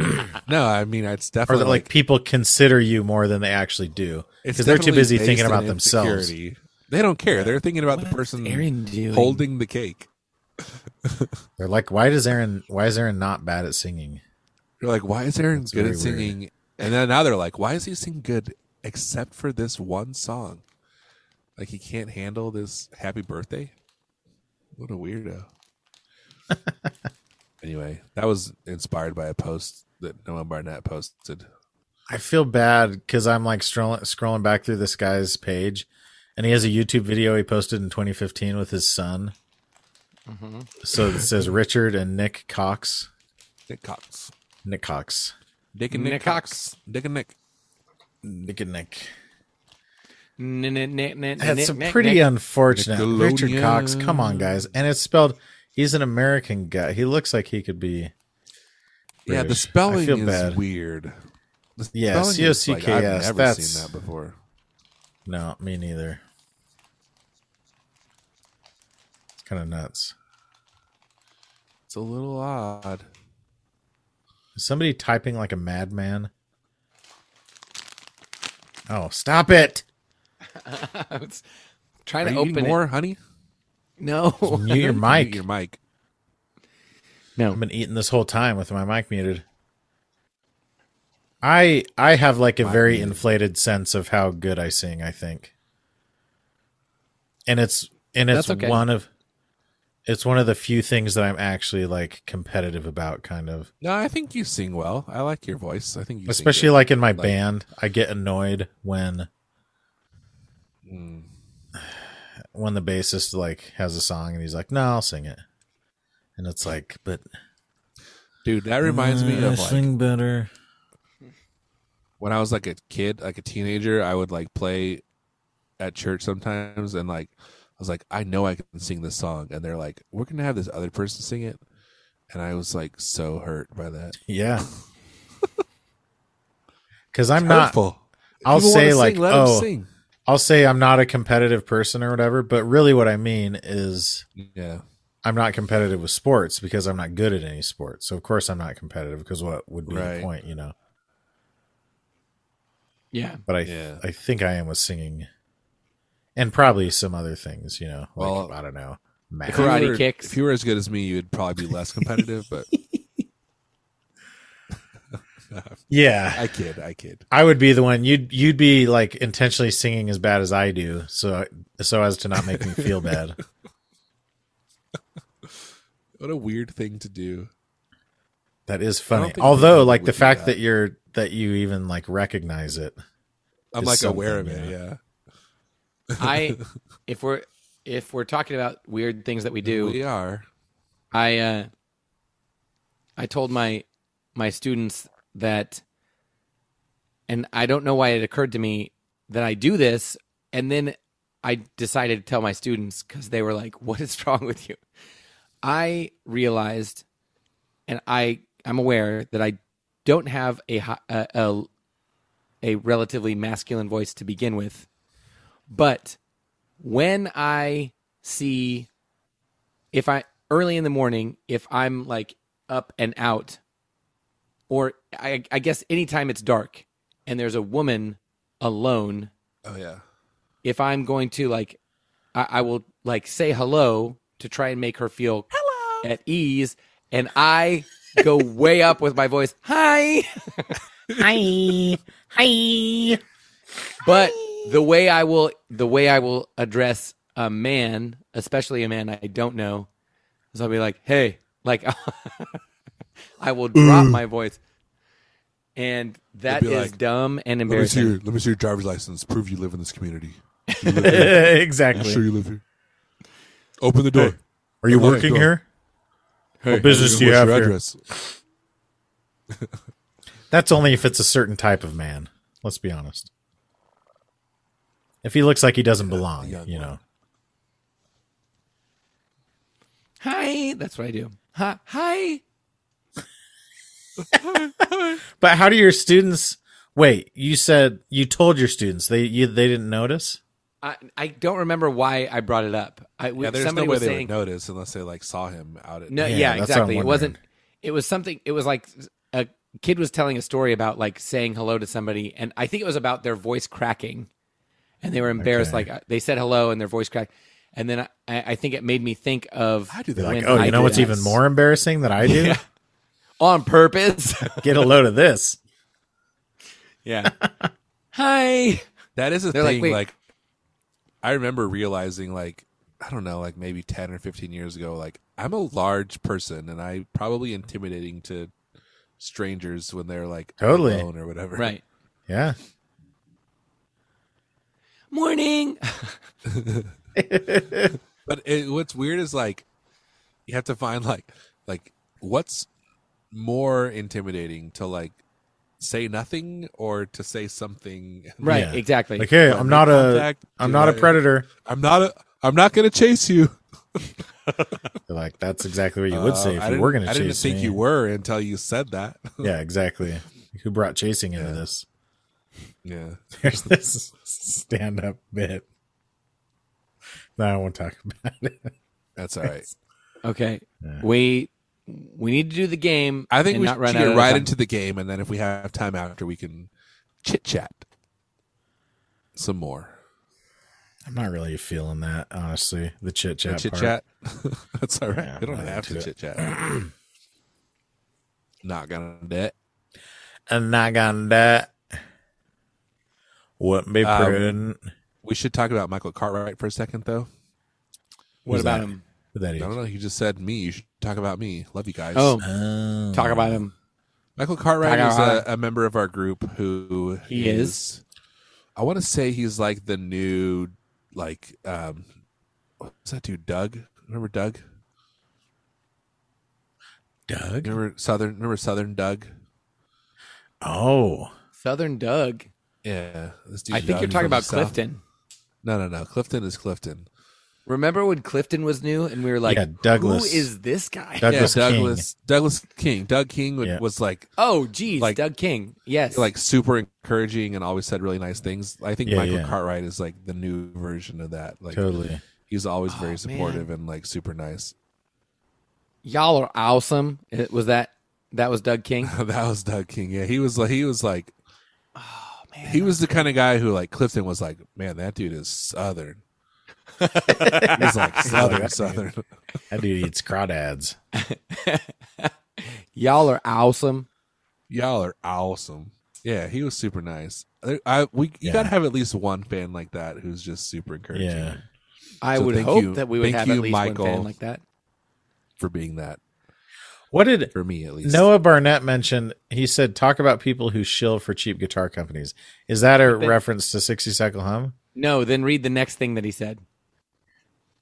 [SPEAKER 1] No, I mean it's
[SPEAKER 3] or
[SPEAKER 1] definitely
[SPEAKER 3] that like people consider you more than they actually do
[SPEAKER 1] it's
[SPEAKER 3] because they're too
[SPEAKER 1] definitely
[SPEAKER 3] busy
[SPEAKER 1] based
[SPEAKER 3] thinking
[SPEAKER 1] on
[SPEAKER 3] about themselves.
[SPEAKER 1] insecurity. They don't care. They're thinking about the person
[SPEAKER 2] Aaron doing?
[SPEAKER 1] holding the cake.
[SPEAKER 3] They're like, why does Aaron? Why is Aaron not bad at singing?
[SPEAKER 1] You're like, why is Aaron
[SPEAKER 3] That's
[SPEAKER 1] good
[SPEAKER 3] very
[SPEAKER 1] at singing? And then now they're like, why is he sing good except for this one song? Like he can't handle this happy birthday? What a weirdo. anyway, that was inspired by a post that Noah Barnett posted.
[SPEAKER 3] I feel bad because I'm like strolling, scrolling back through this guy's page, and he has a YouTube video he posted in 2015 with his son.
[SPEAKER 1] Mm-hmm.
[SPEAKER 2] Mhm.
[SPEAKER 3] So it says Richard and Nick Cox.
[SPEAKER 1] Nick Cox.
[SPEAKER 3] Nick Cox.
[SPEAKER 1] Dick and Nick,
[SPEAKER 2] Nick
[SPEAKER 1] Cox. Dick and Nick.
[SPEAKER 3] Nick and Nick. That's
[SPEAKER 2] That's
[SPEAKER 3] a pretty unfortunate.
[SPEAKER 1] Nickelodeon.
[SPEAKER 3] Richard Cox. Come on, guys. And it's spelled. He's an American guy. He looks like he could be.
[SPEAKER 1] Yeah, the
[SPEAKER 3] British. I
[SPEAKER 1] spelling
[SPEAKER 3] feel
[SPEAKER 1] is
[SPEAKER 3] bad.
[SPEAKER 1] weird. The
[SPEAKER 3] Yeah,
[SPEAKER 1] spelling is, like, I've
[SPEAKER 3] COCKS,
[SPEAKER 1] never
[SPEAKER 3] that's-
[SPEAKER 1] seen that before.
[SPEAKER 3] No, me neither. It's kind of nuts.
[SPEAKER 1] It's a little odd.
[SPEAKER 3] Is somebody typing like a madman? Oh, stop it!
[SPEAKER 2] trying
[SPEAKER 1] Are
[SPEAKER 2] to
[SPEAKER 1] you
[SPEAKER 2] open
[SPEAKER 1] eating
[SPEAKER 2] it.
[SPEAKER 1] more, honey?
[SPEAKER 2] No,
[SPEAKER 3] Mute your
[SPEAKER 1] Mute
[SPEAKER 3] mic.
[SPEAKER 1] Your mic.
[SPEAKER 2] no.
[SPEAKER 3] I've been eating this whole time with my mic muted. I I have like a
[SPEAKER 1] Mic
[SPEAKER 3] very
[SPEAKER 1] muted.
[SPEAKER 3] inflated sense of how good I sing. I think, and it's and it's
[SPEAKER 2] That's okay.
[SPEAKER 3] one of it's one of the few things that I'm actually like competitive about. Kind of,
[SPEAKER 1] No, I think you sing well. I like your voice. I think you
[SPEAKER 3] especially
[SPEAKER 1] sing
[SPEAKER 3] like in my
[SPEAKER 1] Like-
[SPEAKER 3] band, I get annoyed when
[SPEAKER 1] good. Mm.
[SPEAKER 3] when the bassist like has a song and he's like, "No, I'll sing it," and it's like, "But
[SPEAKER 1] dude. That reminds me
[SPEAKER 3] Uh, I
[SPEAKER 1] of like
[SPEAKER 3] sing better."
[SPEAKER 1] when I was like a kid, like a teenager. I would like play at church sometimes, and like I was like, I know I can sing this song, and they're like, we're gonna have this other person sing it, and I was like so hurt by that.
[SPEAKER 3] Yeah, because I'm not.
[SPEAKER 1] Hurtful. If
[SPEAKER 3] I'll
[SPEAKER 1] people wanna
[SPEAKER 3] say,
[SPEAKER 1] sing,
[SPEAKER 3] like,
[SPEAKER 1] let 'em
[SPEAKER 3] oh,
[SPEAKER 1] sing.
[SPEAKER 3] I'll say I'm not a competitive person or whatever, but really what I mean is
[SPEAKER 1] yeah,
[SPEAKER 3] I'm not competitive with sports because I'm not good at any sports. So of course I'm not competitive because what would be
[SPEAKER 1] Right.
[SPEAKER 3] the point, you know?
[SPEAKER 2] Yeah,
[SPEAKER 3] But I
[SPEAKER 1] Yeah.
[SPEAKER 3] I think I am with singing and probably some other things, you know. Like
[SPEAKER 1] Well,
[SPEAKER 3] I don't
[SPEAKER 1] If
[SPEAKER 3] know. Math.
[SPEAKER 1] you
[SPEAKER 2] Karate
[SPEAKER 1] were-
[SPEAKER 2] kicks.
[SPEAKER 1] If you were as good as me, you'd probably be less competitive. but
[SPEAKER 3] Yeah.
[SPEAKER 1] I kid, I kid.
[SPEAKER 3] I would be the one you'd you'd be like intentionally singing as bad as I do, so so as to not make me feel bad.
[SPEAKER 1] What a weird thing to do.
[SPEAKER 3] That is
[SPEAKER 1] don't
[SPEAKER 3] funny.
[SPEAKER 1] think
[SPEAKER 3] Although
[SPEAKER 1] people
[SPEAKER 3] like
[SPEAKER 1] would
[SPEAKER 3] the
[SPEAKER 1] do
[SPEAKER 3] fact
[SPEAKER 1] that.
[SPEAKER 3] that you're that you even like recognize it.
[SPEAKER 1] I'm like
[SPEAKER 3] Is
[SPEAKER 1] aware of
[SPEAKER 3] something,
[SPEAKER 1] it.
[SPEAKER 3] yeah.
[SPEAKER 1] Yeah.
[SPEAKER 2] I if we're if we're talking about weird things that we do,
[SPEAKER 1] We are.
[SPEAKER 2] I uh, I told my my students that, and I don't know why it occurred to me that I do this, and then I decided to tell my students because they were like, "What is wrong with you?" I realized, and I I'm aware that I don't have a hi- a, a, a relatively masculine voice to begin with, but when I see if I early in the morning, if I'm like up and out, or I, I guess anytime it's dark and there's a woman alone,
[SPEAKER 1] Oh yeah.
[SPEAKER 2] if I'm going to like, I, I will like say hello to try and make her feel hello at ease, and I go way up with my voice, hi.
[SPEAKER 4] Hi. Hi.
[SPEAKER 2] But the way I will the way I will address a man, especially a man I don't know, is I'll be like, "Hey," like I will drop my voice, and that
[SPEAKER 1] You'll
[SPEAKER 2] is
[SPEAKER 1] be like,
[SPEAKER 2] dumb and
[SPEAKER 1] Let me see your
[SPEAKER 2] embarrassing.
[SPEAKER 1] let me see your driver's license. Prove you live in this community. I'm
[SPEAKER 3] exactly.
[SPEAKER 1] sure you live here. Open the door.
[SPEAKER 3] Are you
[SPEAKER 1] Hello,
[SPEAKER 3] working
[SPEAKER 1] Joe.
[SPEAKER 3] here? what business do you
[SPEAKER 1] What's
[SPEAKER 3] have
[SPEAKER 1] your
[SPEAKER 3] here?
[SPEAKER 1] address?
[SPEAKER 3] That's only if it's a certain type of man. Let's be honest. If he looks like he doesn't belong,
[SPEAKER 1] young
[SPEAKER 3] you
[SPEAKER 1] one.
[SPEAKER 3] know.
[SPEAKER 2] Hi, that's what I do. Hi, hi.
[SPEAKER 3] But how do your students? Wait, you said you told your students they you, they didn't notice.
[SPEAKER 2] I, I don't remember why I brought it up. I,
[SPEAKER 1] Yeah, there's
[SPEAKER 2] somebody
[SPEAKER 1] no way
[SPEAKER 2] was
[SPEAKER 1] they
[SPEAKER 2] saying,
[SPEAKER 1] would notice unless they like saw him out at
[SPEAKER 2] No,
[SPEAKER 3] Yeah,
[SPEAKER 2] yeah,
[SPEAKER 3] that's what I'm
[SPEAKER 2] exactly. It
[SPEAKER 3] wondering.
[SPEAKER 2] wasn't. it was something it was like a kid was telling a story about like saying hello to somebody and i think it was about their voice cracking and they were embarrassed like
[SPEAKER 3] Okay.
[SPEAKER 2] uh, they said hello and their voice cracked and then i, I think it made me think of
[SPEAKER 1] I do that.
[SPEAKER 2] when
[SPEAKER 1] Like,
[SPEAKER 3] Oh, you
[SPEAKER 2] I
[SPEAKER 3] know
[SPEAKER 2] did
[SPEAKER 3] what's
[SPEAKER 2] that.
[SPEAKER 3] even more embarrassing that I do?
[SPEAKER 2] Yeah. on purpose
[SPEAKER 3] Get a load of this.
[SPEAKER 2] yeah hi
[SPEAKER 1] That is a
[SPEAKER 2] They're like,
[SPEAKER 1] thing.
[SPEAKER 2] "Wait."
[SPEAKER 1] like, I remember realizing, like, I don't know, like maybe ten or fifteen years ago, like I'm a large person and I probably intimidating to strangers when they're like
[SPEAKER 3] Totally.
[SPEAKER 1] alone or whatever.
[SPEAKER 2] right
[SPEAKER 3] Yeah.
[SPEAKER 2] morning
[SPEAKER 1] But it, what's weird is like you have to find like like what's more intimidating to like say nothing or to say something.
[SPEAKER 2] right
[SPEAKER 3] Yeah.
[SPEAKER 2] exactly
[SPEAKER 3] Like, hey, I'm not a
[SPEAKER 1] contact,
[SPEAKER 3] I'm
[SPEAKER 1] do
[SPEAKER 3] not a
[SPEAKER 1] that.
[SPEAKER 3] predator.
[SPEAKER 1] I'm not a. I'm not going to chase you.
[SPEAKER 3] They're like, that's exactly what you would say
[SPEAKER 1] Uh,
[SPEAKER 3] if
[SPEAKER 1] I
[SPEAKER 3] you
[SPEAKER 1] didn't-
[SPEAKER 3] were going to
[SPEAKER 1] I
[SPEAKER 3] chase
[SPEAKER 1] didn't think
[SPEAKER 3] me.
[SPEAKER 1] you were until you said that.
[SPEAKER 3] Yeah, exactly. Who brought chasing into this?
[SPEAKER 1] yeah.
[SPEAKER 3] There's this stand up bit. No, I won't talk about it.
[SPEAKER 1] That's all right.
[SPEAKER 2] okay
[SPEAKER 3] Yeah.
[SPEAKER 2] we we need to do the game
[SPEAKER 1] I think
[SPEAKER 2] and
[SPEAKER 1] we
[SPEAKER 2] not
[SPEAKER 1] should
[SPEAKER 2] run out
[SPEAKER 1] get
[SPEAKER 2] of
[SPEAKER 1] right
[SPEAKER 2] time.
[SPEAKER 1] into the game, and then if we have time after, we can chit chat some more.
[SPEAKER 3] I'm not really feeling that, honestly. The chit chat.
[SPEAKER 1] Chit
[SPEAKER 3] part.
[SPEAKER 1] chat. That's all right.
[SPEAKER 3] Yeah,
[SPEAKER 1] we don't
[SPEAKER 3] I'm not
[SPEAKER 1] have to
[SPEAKER 3] into
[SPEAKER 1] chit chat. Not gonna do it.
[SPEAKER 3] And I got that. Wouldn't be
[SPEAKER 1] Um,
[SPEAKER 3] prudent.
[SPEAKER 1] We should talk about Michael Cartwright for a second, though.
[SPEAKER 2] what
[SPEAKER 3] Who's
[SPEAKER 2] about
[SPEAKER 3] that?
[SPEAKER 2] him
[SPEAKER 3] What that
[SPEAKER 1] I
[SPEAKER 3] is.
[SPEAKER 1] don't know. You just said me. You should talk about me. Love you guys.
[SPEAKER 2] oh
[SPEAKER 3] Oh.
[SPEAKER 2] talk about him
[SPEAKER 1] Michael Cartwright
[SPEAKER 2] Talk
[SPEAKER 1] is
[SPEAKER 2] about-
[SPEAKER 1] a, a member of our group who
[SPEAKER 2] He is.
[SPEAKER 1] I want to say he's like the new, like, um, what's that dude? Doug. Remember Doug?
[SPEAKER 3] Doug.
[SPEAKER 1] Remember Southern? Remember Southern Doug?
[SPEAKER 3] Oh,
[SPEAKER 2] southern doug
[SPEAKER 1] Yeah, this dude
[SPEAKER 2] I think
[SPEAKER 1] Doug
[SPEAKER 2] you're talking
[SPEAKER 1] from the
[SPEAKER 2] about
[SPEAKER 1] South.
[SPEAKER 2] Clifton.
[SPEAKER 1] No, no, no. Clifton is Clifton.
[SPEAKER 2] Remember when Clifton was new and we were like,
[SPEAKER 3] Yeah, Douglas.
[SPEAKER 2] who is this guy?
[SPEAKER 3] Douglas
[SPEAKER 1] yeah,
[SPEAKER 3] King.
[SPEAKER 1] Douglas Douglas King. Doug King would,
[SPEAKER 3] Yeah.
[SPEAKER 1] was like
[SPEAKER 2] oh, geez,
[SPEAKER 1] Like-
[SPEAKER 2] Doug King. Yes.
[SPEAKER 1] like super encouraging and always said really nice things. I think
[SPEAKER 3] Yeah,
[SPEAKER 1] Michael
[SPEAKER 3] yeah.
[SPEAKER 1] Cartwright is like the new version of that. Like
[SPEAKER 3] totally.
[SPEAKER 1] he's always
[SPEAKER 2] Oh, man.
[SPEAKER 1] very supportive and like super nice.
[SPEAKER 2] y'all are awesome. It, was that that was Doug King?
[SPEAKER 1] that was Doug King. Yeah, he was like he was like
[SPEAKER 2] Oh,
[SPEAKER 1] he was the kind of guy who like Clifton was like, man, that dude is southern. he's like southern,
[SPEAKER 3] that
[SPEAKER 1] southern.
[SPEAKER 3] That dude eats crawdads.
[SPEAKER 2] Y'all are awesome.
[SPEAKER 1] Y'all are awesome. Yeah, he was super nice. There- I we you
[SPEAKER 3] Yeah.
[SPEAKER 1] gotta have at least one fan like that who's just super encouraging
[SPEAKER 3] Yeah.
[SPEAKER 2] I
[SPEAKER 1] So
[SPEAKER 2] would
[SPEAKER 1] thank
[SPEAKER 2] hope
[SPEAKER 1] you.
[SPEAKER 2] that we would
[SPEAKER 1] Thank
[SPEAKER 2] have
[SPEAKER 1] you,
[SPEAKER 2] at least
[SPEAKER 1] Michael.
[SPEAKER 2] one fan like that.
[SPEAKER 1] for being that
[SPEAKER 3] What did
[SPEAKER 1] for me at least.
[SPEAKER 3] Noah Barnett mention? He said, "Talk about people who shill for cheap guitar companies." Is that a
[SPEAKER 2] But-
[SPEAKER 3] reference to Sixty Cycle Hum?
[SPEAKER 2] No, then read the next thing that he said.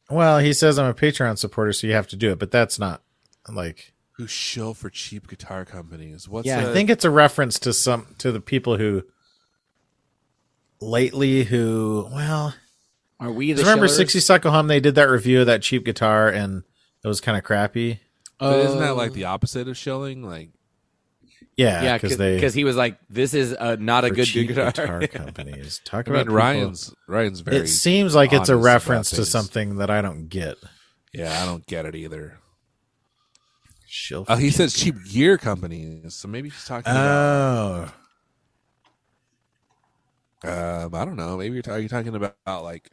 [SPEAKER 3] Well, he says I'm a Patreon supporter, so you have to do it, but that's not like.
[SPEAKER 1] who shill for cheap guitar companies. What's
[SPEAKER 2] Yeah,
[SPEAKER 1] yeah,
[SPEAKER 3] I think it's a reference to some to the people who lately who well
[SPEAKER 2] Are we the
[SPEAKER 3] remember
[SPEAKER 2] shillers?
[SPEAKER 3] sixty cycle hum they did that review of that cheap guitar and it was kind of crappy
[SPEAKER 1] but isn't
[SPEAKER 3] Uh,
[SPEAKER 1] that like the opposite of shilling? Like
[SPEAKER 3] yeah
[SPEAKER 2] yeah?
[SPEAKER 3] because they
[SPEAKER 2] because he was like, this is uh, not a
[SPEAKER 3] for
[SPEAKER 2] good
[SPEAKER 3] cheap
[SPEAKER 2] guitar.
[SPEAKER 3] companies talk
[SPEAKER 1] I
[SPEAKER 3] about
[SPEAKER 1] mean
[SPEAKER 3] people-
[SPEAKER 1] Ryan's Ryan's very
[SPEAKER 3] it seems like
[SPEAKER 1] honest
[SPEAKER 3] it's a
[SPEAKER 1] about
[SPEAKER 3] reference to
[SPEAKER 1] things.
[SPEAKER 3] something that I don't get
[SPEAKER 1] Yeah, I don't get it either.
[SPEAKER 3] Shill
[SPEAKER 1] Oh, he
[SPEAKER 3] for
[SPEAKER 1] says cheap gear companies, so maybe he's talking
[SPEAKER 3] cheap- oh
[SPEAKER 1] about
[SPEAKER 3] Uh,
[SPEAKER 1] um, I don't know, maybe you're ta- are you talking about, about like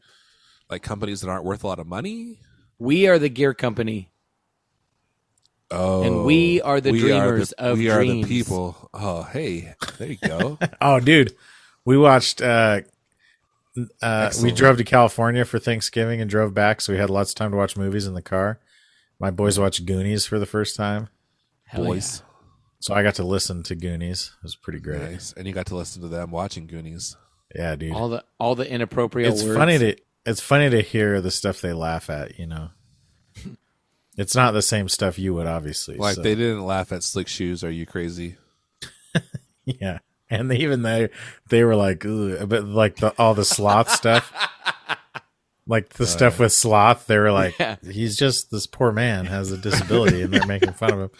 [SPEAKER 1] like companies that aren't worth a lot of money?
[SPEAKER 2] We are the gear company.
[SPEAKER 1] Oh.
[SPEAKER 2] we are the dreamers of
[SPEAKER 1] we are the
[SPEAKER 2] dreams.
[SPEAKER 1] people. Oh, hey. There you go.
[SPEAKER 3] oh dude we watched uh uh, we
[SPEAKER 1] Excellent.
[SPEAKER 3] drove to California for Thanksgiving and drove back, so we had lots of time to watch movies in the car. My boys watched Goonies for the first time,
[SPEAKER 2] Hell
[SPEAKER 1] Boys.
[SPEAKER 3] so I got to listen to Goonies. It was pretty great.
[SPEAKER 1] Nice. And you got to listen to them watching Goonies.
[SPEAKER 3] Yeah, dude.
[SPEAKER 2] yeah. All the all the inappropriate
[SPEAKER 3] it's
[SPEAKER 2] words.
[SPEAKER 3] funny to it's funny to hear the stuff they laugh at. You know, it's not the same stuff you would obviously.
[SPEAKER 1] Like
[SPEAKER 3] so-
[SPEAKER 1] they didn't laugh at Slick Shoes, are you crazy?
[SPEAKER 3] yeah, and they, even they they were like, Ugh, but like the all the sloth stuff. Like
[SPEAKER 1] Oh,
[SPEAKER 3] the stuff with sloth, they were like,
[SPEAKER 2] Yeah.
[SPEAKER 3] he's just this poor man has a disability, and they're making fun of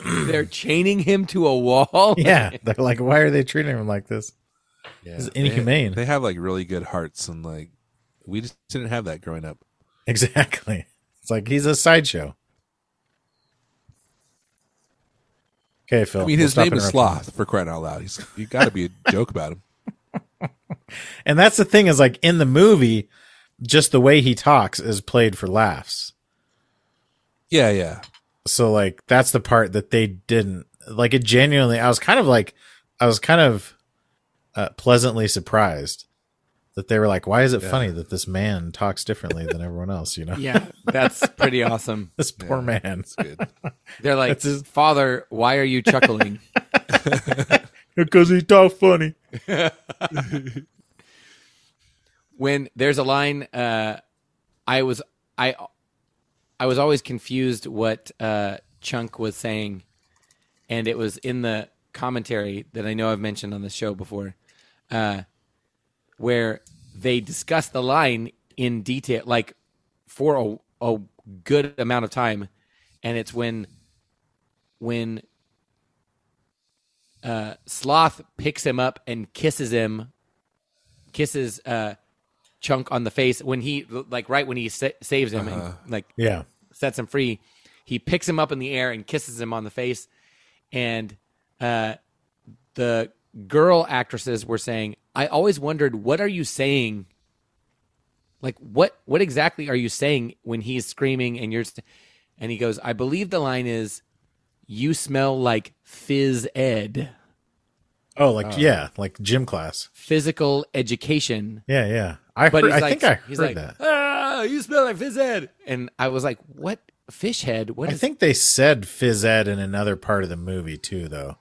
[SPEAKER 3] him.
[SPEAKER 2] They're chaining him to a wall.
[SPEAKER 3] Yeah, they're like, why are they treating him like this?
[SPEAKER 1] Yeah.
[SPEAKER 3] It's
[SPEAKER 1] They-
[SPEAKER 3] inhumane.
[SPEAKER 1] They have like really good hearts and like we just didn't have that growing up.
[SPEAKER 3] Exactly. It's like he's a sideshow. Okay, Phil.
[SPEAKER 1] I mean,
[SPEAKER 3] we'll
[SPEAKER 1] his
[SPEAKER 3] stop
[SPEAKER 1] name is
[SPEAKER 3] interrupting.
[SPEAKER 1] Sloth for crying out loud. He's you got to be a joke about him.
[SPEAKER 3] And that's the thing is like in the movie, just the way he talks is played for laughs.
[SPEAKER 1] Yeah, yeah.
[SPEAKER 3] So like that's the part that they didn't like. It genuinely, I was kind of like, I was kind of uh, pleasantly surprised that they were like, why is it
[SPEAKER 1] Yeah.
[SPEAKER 3] funny that this man talks differently than everyone else? You know,
[SPEAKER 2] Yeah, that's pretty awesome.
[SPEAKER 3] this poor
[SPEAKER 1] Yeah.
[SPEAKER 3] man
[SPEAKER 1] It's good.
[SPEAKER 2] They're like,
[SPEAKER 3] That's his-
[SPEAKER 2] Father, why are you chuckling?
[SPEAKER 3] because he talks funny.
[SPEAKER 2] when there's a line uh i was i i was always confused what uh chunk was saying and it was in the commentary that i know i've mentioned on the show before uh where they discuss the line in detail like for a, a good amount of time and it's when when uh sloth picks him up and kisses him kisses uh chunk on the face when he like right when he sa- saves him and like
[SPEAKER 3] Yeah,
[SPEAKER 2] sets him free he picks him up in the air and kisses him on the face and uh the girl actresses were saying i always wondered what are you saying like what what exactly are you saying when he's screaming and you're st-? and he goes i believe the line is you smell like fizz ed
[SPEAKER 3] Oh, like yeah, like gym class.
[SPEAKER 2] physical education
[SPEAKER 3] Yeah, yeah. I
[SPEAKER 2] But
[SPEAKER 3] heard,
[SPEAKER 2] he's
[SPEAKER 3] I
[SPEAKER 2] like,
[SPEAKER 3] think I heard
[SPEAKER 2] he's like,
[SPEAKER 3] that.
[SPEAKER 2] ah, you smell like fish head. And I was like, what fish head? What
[SPEAKER 3] I
[SPEAKER 2] is-
[SPEAKER 3] think they said phys ed in another part of the movie too, though.